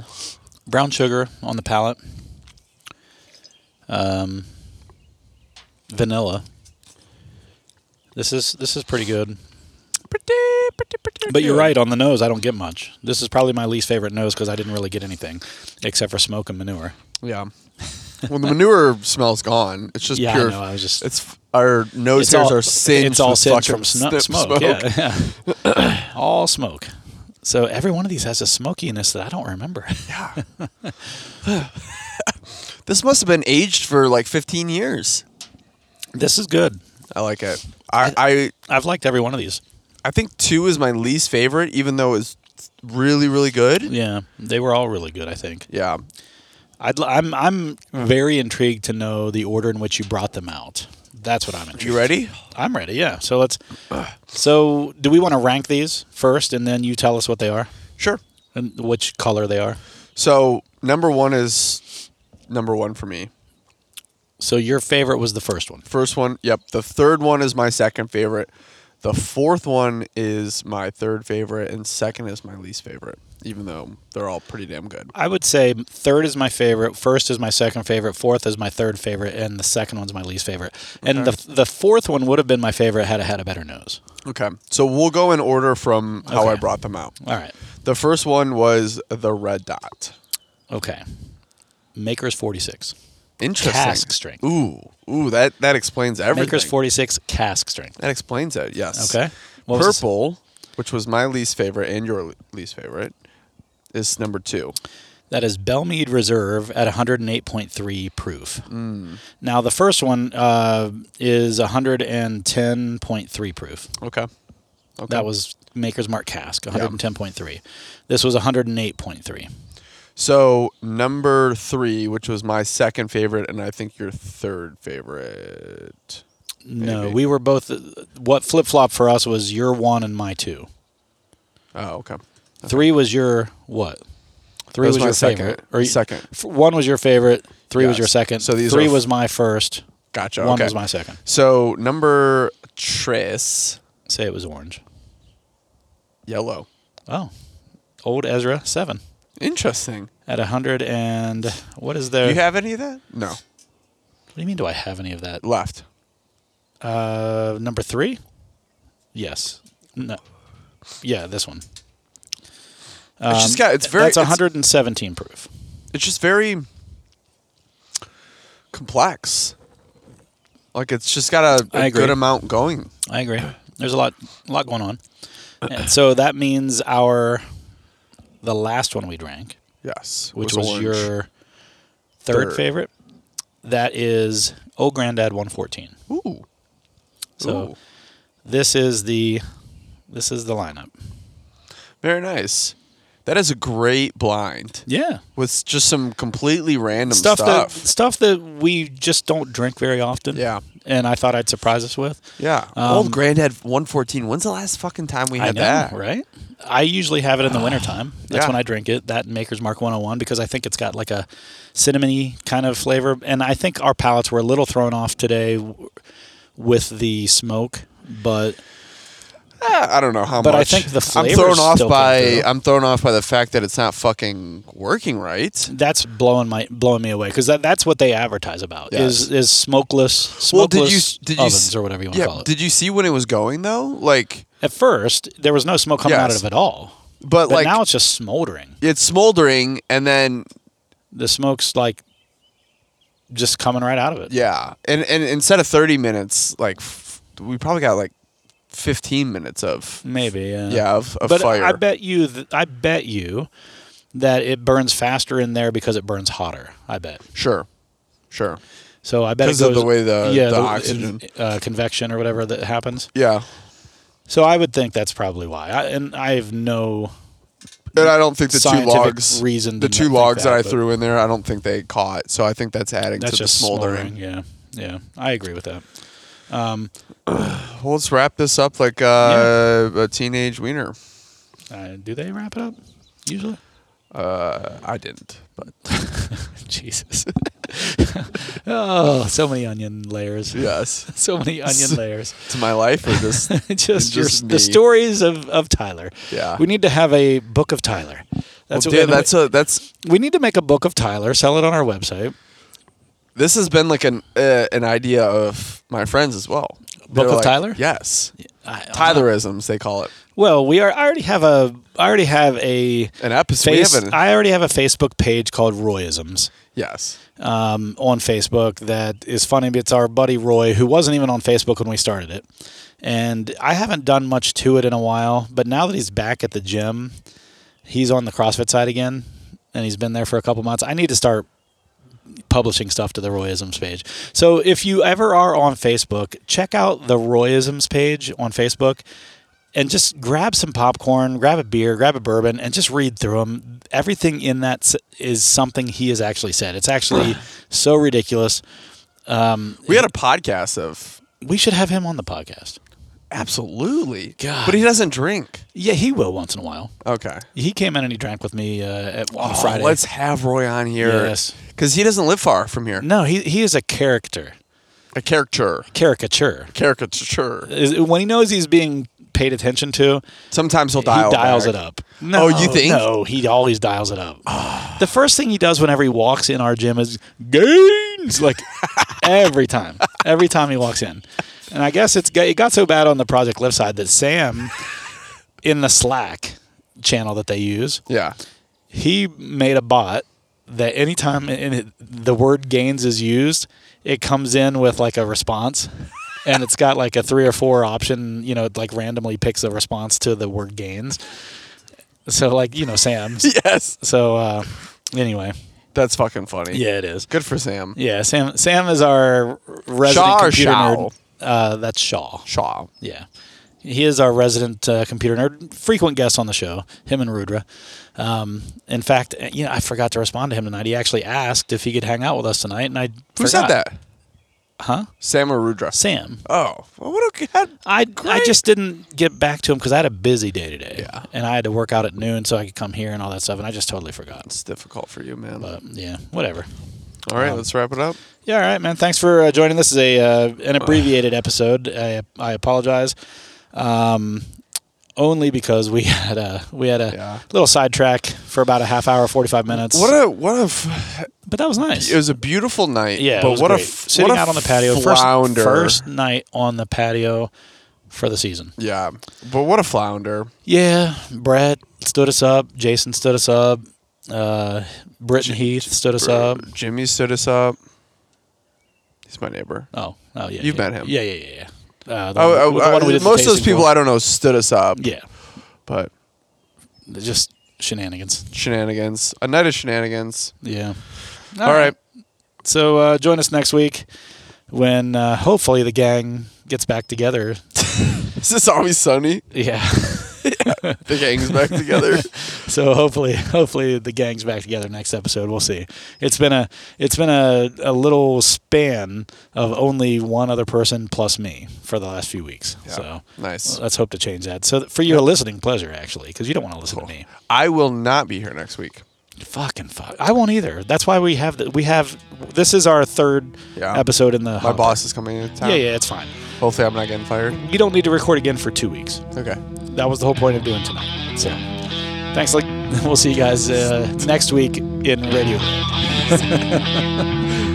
[SPEAKER 1] Brown sugar on the palate. Um, vanilla. This is this is pretty good.
[SPEAKER 2] pretty, pretty, pretty.
[SPEAKER 1] But you're
[SPEAKER 2] good.
[SPEAKER 1] right on the nose. I don't get much. This is probably my least favorite nose because I didn't really get anything except for smoke and manure.
[SPEAKER 2] <laughs> Yeah. well, the manure smell's gone. It's just
[SPEAKER 1] Yeah, I
[SPEAKER 2] pure.
[SPEAKER 1] know, I was just-
[SPEAKER 2] It's our nose
[SPEAKER 1] It's
[SPEAKER 2] hairs
[SPEAKER 1] all-
[SPEAKER 2] are singed.
[SPEAKER 1] It's all
[SPEAKER 2] with
[SPEAKER 1] singed
[SPEAKER 2] fucking
[SPEAKER 1] from sno-
[SPEAKER 2] snip
[SPEAKER 1] smoke. Yeah, yeah. <coughs> all smoke. So every one of these has a smokiness that I don't remember. <laughs>
[SPEAKER 2] <laughs> This must have been aged for like 15 years.
[SPEAKER 1] this is good.
[SPEAKER 2] I like it. I, I
[SPEAKER 1] I've liked every one of these.
[SPEAKER 2] I think two is my least favorite, even though it's really really good.
[SPEAKER 1] Yeah, they were all really good. I think.
[SPEAKER 2] Yeah.
[SPEAKER 1] I'd, li- I'm I'm very intrigued to know the order in which you brought them out. That's what I'm intrigued.
[SPEAKER 2] You ready?
[SPEAKER 1] <sighs> I'm ready. Yeah. So let's. So do we want to rank these first, and then you tell us what they are
[SPEAKER 2] Sure.
[SPEAKER 1] and which color they are?
[SPEAKER 2] So number one is number one for me.
[SPEAKER 1] So your favorite was the first one.
[SPEAKER 2] First one, yep. The third one is my second favorite. The fourth one is my third favorite, and second is my least favorite. Even though they're all pretty damn good.
[SPEAKER 1] I would say third is my favorite. First is my second favorite. Fourth is my third favorite, and the second one's my least favorite. And the the fourth one would have been my favorite had it had a better nose.
[SPEAKER 2] Okay, so we'll go in order from how I
[SPEAKER 1] Okay.
[SPEAKER 2] brought them out.
[SPEAKER 1] All right.
[SPEAKER 2] The first one was the red dot.
[SPEAKER 1] Okay. Maker's 46.
[SPEAKER 2] Interesting.
[SPEAKER 1] Cask strength.
[SPEAKER 2] Ooh, ooh, that that explains everything.
[SPEAKER 1] Maker's 46 cask strength.
[SPEAKER 2] That explains it. Yes.
[SPEAKER 1] Okay. What was the s-
[SPEAKER 2] Purple, which was my least favorite and your le- least favorite, is number two.
[SPEAKER 1] That is Belmead Reserve at 108.3 proof. Now the first one uh, is 110.3 proof.
[SPEAKER 2] Okay. Okay.
[SPEAKER 1] That was Maker's Mark cask 110.3. This was 108.3.
[SPEAKER 2] So number three, which was my second favorite, and I think your third favorite.
[SPEAKER 1] No,
[SPEAKER 2] Maybe.
[SPEAKER 1] we were both. What flip flop for us was your one and my two.
[SPEAKER 2] Oh, okay.
[SPEAKER 1] Three was your what? Three
[SPEAKER 2] That was my
[SPEAKER 1] your
[SPEAKER 2] second.
[SPEAKER 1] favorite. Or y-
[SPEAKER 2] Second.
[SPEAKER 1] f- One was your favorite. Three was
[SPEAKER 2] Yes.
[SPEAKER 1] your second.
[SPEAKER 2] So these
[SPEAKER 1] three
[SPEAKER 2] are-
[SPEAKER 1] was my first.
[SPEAKER 2] Gotcha.
[SPEAKER 1] One
[SPEAKER 2] okay.
[SPEAKER 1] was my second.
[SPEAKER 2] So number tres,
[SPEAKER 1] Say it was orange.
[SPEAKER 2] yellow.
[SPEAKER 1] Oh, old Ezra seven
[SPEAKER 2] Interesting.
[SPEAKER 1] at a hundred and what is there?
[SPEAKER 2] Do you have any of that? No.
[SPEAKER 1] what do you mean? Do I have any of that?
[SPEAKER 2] Left.
[SPEAKER 1] Uh, number three. Yes. No. Yeah, this one. Um,
[SPEAKER 2] it's just got. It's very.
[SPEAKER 1] That's
[SPEAKER 2] it's,
[SPEAKER 1] 117 proof.
[SPEAKER 2] it's just very complex. Like it's just got a,
[SPEAKER 1] I
[SPEAKER 2] a
[SPEAKER 1] agree.
[SPEAKER 2] good amount going.
[SPEAKER 1] I agree. There's a lot, a lot going on, and so that means our the last one we drank,
[SPEAKER 2] Yes.
[SPEAKER 1] which was,
[SPEAKER 2] orange.
[SPEAKER 1] your third,
[SPEAKER 2] Third.
[SPEAKER 1] favorite, that is Old Grandad 114.
[SPEAKER 2] Ooh.
[SPEAKER 1] So
[SPEAKER 2] Ooh.
[SPEAKER 1] this is the this is the lineup.
[SPEAKER 2] Very nice. That is a great blind.
[SPEAKER 1] Yeah,
[SPEAKER 2] with just some completely random
[SPEAKER 1] stuff,
[SPEAKER 2] stuff.
[SPEAKER 1] that stuff that we just don't drink very often.
[SPEAKER 2] Yeah.
[SPEAKER 1] and I thought I'd surprise us with.
[SPEAKER 2] yeah,
[SPEAKER 1] Um,
[SPEAKER 2] old granddad 114. When's the last fucking time we had
[SPEAKER 1] I know,
[SPEAKER 2] that?
[SPEAKER 1] right? I usually have it
[SPEAKER 2] <sighs>
[SPEAKER 1] in the wintertime. That's
[SPEAKER 2] Yeah.
[SPEAKER 1] when I drink it. That and Maker's Mark 101 because I think it's got like a cinnamony kind of flavor, and I think our palates were a little thrown off today w- with the smoke. But
[SPEAKER 2] Eh, I don't know how
[SPEAKER 1] But I
[SPEAKER 2] much.
[SPEAKER 1] think the
[SPEAKER 2] I'm
[SPEAKER 1] flavor's
[SPEAKER 2] thrown off
[SPEAKER 1] still come
[SPEAKER 2] by
[SPEAKER 1] through.
[SPEAKER 2] I'm thrown off by the fact that it's not fucking working right.
[SPEAKER 1] that's blowing my blowing me away because that, that's what they advertise about is is smokeless
[SPEAKER 2] Well, did you
[SPEAKER 1] smokeless
[SPEAKER 2] did you
[SPEAKER 1] ovens
[SPEAKER 2] s-
[SPEAKER 1] or whatever you want to
[SPEAKER 2] yeah,
[SPEAKER 1] call it.
[SPEAKER 2] Did you see when it was going though? Like,
[SPEAKER 1] At first, there was no smoke coming out
[SPEAKER 2] Yes.
[SPEAKER 1] of it at all,
[SPEAKER 2] but,
[SPEAKER 1] but
[SPEAKER 2] like
[SPEAKER 1] now it's just smoldering.
[SPEAKER 2] it's smoldering, and then
[SPEAKER 1] The smoke's like just coming right out of it.
[SPEAKER 2] yeah, and and instead of 30 minutes, like f- we probably got like 15 minutes of
[SPEAKER 1] Maybe. Mm, Yeah.
[SPEAKER 2] yeah of, of
[SPEAKER 1] but
[SPEAKER 2] fire.
[SPEAKER 1] I bet you, th- I bet you that it burns faster in there because it burns hotter. I bet.
[SPEAKER 2] sure, sure.
[SPEAKER 1] So I bet it
[SPEAKER 2] 'Cause of
[SPEAKER 1] goes-
[SPEAKER 2] the way the-
[SPEAKER 1] yeah,
[SPEAKER 2] the oxygen-
[SPEAKER 1] uh, convection or whatever that happens.
[SPEAKER 2] Yeah,
[SPEAKER 1] So I would think that's probably why. I, and I have no
[SPEAKER 2] And I don't think the two
[SPEAKER 1] scientific
[SPEAKER 2] logs,
[SPEAKER 1] reason
[SPEAKER 2] the
[SPEAKER 1] to
[SPEAKER 2] two
[SPEAKER 1] not think
[SPEAKER 2] logs that,
[SPEAKER 1] that,
[SPEAKER 2] I
[SPEAKER 1] but-
[SPEAKER 2] threw in there, I don't think they caught. So I think that's adding
[SPEAKER 1] That's
[SPEAKER 2] to
[SPEAKER 1] just
[SPEAKER 2] the smoldering.
[SPEAKER 1] smoldering. Yeah. Yeah. I agree with that.
[SPEAKER 2] Well, let's wrap this up like uh, a teenage wiener.
[SPEAKER 1] Uh, do they wrap it up usually? <laughs>
[SPEAKER 2] Uh, I didn't, but
[SPEAKER 1] Jesus. <laughs> oh, so many onion layers.
[SPEAKER 2] yes,
[SPEAKER 1] So many onion layers.
[SPEAKER 2] to my life or
[SPEAKER 1] <laughs>
[SPEAKER 2] just
[SPEAKER 1] just your,
[SPEAKER 2] Just me.
[SPEAKER 1] the stories of, of Tyler.
[SPEAKER 2] Yeah.
[SPEAKER 1] We need to have a book of Tyler.
[SPEAKER 2] well,
[SPEAKER 1] That's what
[SPEAKER 2] dude,
[SPEAKER 1] we,
[SPEAKER 2] that's a that's
[SPEAKER 1] we need to make a book of Tyler, sell it on our website.
[SPEAKER 2] this has been like an uh, an idea of my friends as well. They're
[SPEAKER 1] of
[SPEAKER 2] like,
[SPEAKER 1] Tyler?
[SPEAKER 2] Yes,
[SPEAKER 1] I-
[SPEAKER 2] Tylerisms they call it.
[SPEAKER 1] Well, we are I already have a I already have a
[SPEAKER 2] An episode.
[SPEAKER 1] face,
[SPEAKER 2] we have an,
[SPEAKER 1] I already have a Facebook page called Royisms.
[SPEAKER 2] yes,
[SPEAKER 1] um, on Facebook that is funny. It's our buddy Roy, who wasn't even on Facebook when we started it. And I haven't done much to it in a while, but now that he's back at the gym, he's on the CrossFit side again, and he's been there for a couple months. I need to start publishing stuff to the Royisms page. So if you ever are on Facebook, check out the Royisms page on Facebook and just grab some popcorn, grab a beer, grab a bourbon, and just read through them. Everything in that s- is something he has actually said. It's actually so ridiculous.
[SPEAKER 2] we had a podcast of
[SPEAKER 1] We should have him on the podcast.
[SPEAKER 2] absolutely,
[SPEAKER 1] God.
[SPEAKER 2] but he doesn't drink.
[SPEAKER 1] Yeah, he will once in a while.
[SPEAKER 2] Okay.
[SPEAKER 1] He came in and he drank with me uh, at, on
[SPEAKER 2] Oh,
[SPEAKER 1] Friday.
[SPEAKER 2] Let's have Roy on here.
[SPEAKER 1] Yes.
[SPEAKER 2] Because he doesn't live far from here.
[SPEAKER 1] No, he he is a character, Mm-hmm.
[SPEAKER 2] A caricature.
[SPEAKER 1] caricature.
[SPEAKER 2] Caricature.
[SPEAKER 1] Is- When he knows he's being paid attention to,
[SPEAKER 2] Sometimes he'll dial
[SPEAKER 1] he dials
[SPEAKER 2] back.
[SPEAKER 1] it up. No,
[SPEAKER 2] Oh, you think?
[SPEAKER 1] No, he always dials it up. the first thing he does whenever he walks in our gym is gains, <laughs> like every time, every time he walks in. And I guess it's it got so bad on the Project Lift side that Sam, in the Slack channel that they use,
[SPEAKER 2] Yeah. <laughs>
[SPEAKER 1] he made a bot that anytime in it, the word gains is used, it comes in with like a response. And it's got like a three or four option, you know, it like randomly picks a response to the word gains. So, like, you know, Sam's.
[SPEAKER 2] Yes.
[SPEAKER 1] So, uh, anyway,
[SPEAKER 2] That's fucking funny.
[SPEAKER 1] yeah, it is.
[SPEAKER 2] Good for Sam.
[SPEAKER 1] Yeah, Sam Sam is our resident
[SPEAKER 2] Shaw or
[SPEAKER 1] computer
[SPEAKER 2] Shaw?
[SPEAKER 1] nerd. Uh, that's Shaw.
[SPEAKER 2] Shaw.
[SPEAKER 1] Yeah. He is our resident uh, computer nerd, frequent guest on the show, him and Rudra. Um, in fact, uh, you know, I forgot to respond to him tonight. He actually asked if he could hang out with us tonight, and I
[SPEAKER 2] Who said
[SPEAKER 1] forgot.
[SPEAKER 2] that?
[SPEAKER 1] Huh?
[SPEAKER 2] Sam or Rudra?
[SPEAKER 1] Sam.
[SPEAKER 2] Oh. Well, what a god.
[SPEAKER 1] I, I just didn't get back to him because I had a busy day today.
[SPEAKER 2] Yeah.
[SPEAKER 1] And I had to work out at noon so I could come here and all that stuff, and I just totally forgot.
[SPEAKER 2] It's difficult for you, man.
[SPEAKER 1] But um, yeah, whatever.
[SPEAKER 2] All right, let's wrap it up.
[SPEAKER 1] Yeah, all right, man. Thanks for uh, joining. This is a uh, an abbreviated episode. I, I apologize, um, only because we <laughs> had a we had a
[SPEAKER 2] Yeah.
[SPEAKER 1] little sidetrack for about a half hour, forty five minutes.
[SPEAKER 2] What a what a. F-
[SPEAKER 1] but that was nice.
[SPEAKER 2] it was a beautiful night.
[SPEAKER 1] yeah, it
[SPEAKER 2] But
[SPEAKER 1] was
[SPEAKER 2] what a
[SPEAKER 1] great.
[SPEAKER 2] f- what
[SPEAKER 1] sitting
[SPEAKER 2] a
[SPEAKER 1] out on the patio first,
[SPEAKER 2] Flounder.
[SPEAKER 1] first night on the patio for the season.
[SPEAKER 2] Yeah. But what a flounder.
[SPEAKER 1] Yeah, Brett stood us up. Jason stood us up. Uh, Britton Heath stood us up.
[SPEAKER 2] Jimmy stood us up. He's my neighbor.
[SPEAKER 1] Oh, oh yeah.
[SPEAKER 2] You've
[SPEAKER 1] yeah.
[SPEAKER 2] met him.
[SPEAKER 1] Yeah, yeah, yeah, yeah. Uh, the
[SPEAKER 2] Oh,
[SPEAKER 1] one-
[SPEAKER 2] oh,
[SPEAKER 1] the one
[SPEAKER 2] uh,
[SPEAKER 1] we did the
[SPEAKER 2] most of those
[SPEAKER 1] tasting
[SPEAKER 2] people
[SPEAKER 1] for.
[SPEAKER 2] I don't know stood us up.
[SPEAKER 1] yeah.
[SPEAKER 2] But
[SPEAKER 1] just shenanigans.
[SPEAKER 2] shenanigans. A night of shenanigans.
[SPEAKER 1] Yeah.
[SPEAKER 2] All right. <laughs>
[SPEAKER 1] So uh, join us next week when uh, hopefully the gang gets back together.
[SPEAKER 2] Is this always sunny?
[SPEAKER 1] Yeah.
[SPEAKER 2] The gang's back together.
[SPEAKER 1] <laughs> so hopefully, hopefully the gang's back together next episode. We'll see. It's been a it's been a, a little span of only one other person plus me for the last few weeks. So.
[SPEAKER 2] nice.
[SPEAKER 1] Let's hope to change that. So that for your listening pleasure, actually, because you don't want to listen to me.
[SPEAKER 2] I will not be here next week.
[SPEAKER 1] Fucking fuck. I won't either. That's why we have the, we have this is our third
[SPEAKER 2] Yeah.
[SPEAKER 1] episode in the
[SPEAKER 2] My boss is coming into town.
[SPEAKER 1] Oh, Yeah, yeah, it's fine.
[SPEAKER 2] Hopefully, I'm not getting fired.
[SPEAKER 1] You don't need to record again for two weeks.
[SPEAKER 2] Okay.
[SPEAKER 1] That was the whole point of doing tonight. So, thanks. Like, <laughs> we'll see you guys uh, next week in Radio. Land. <laughs>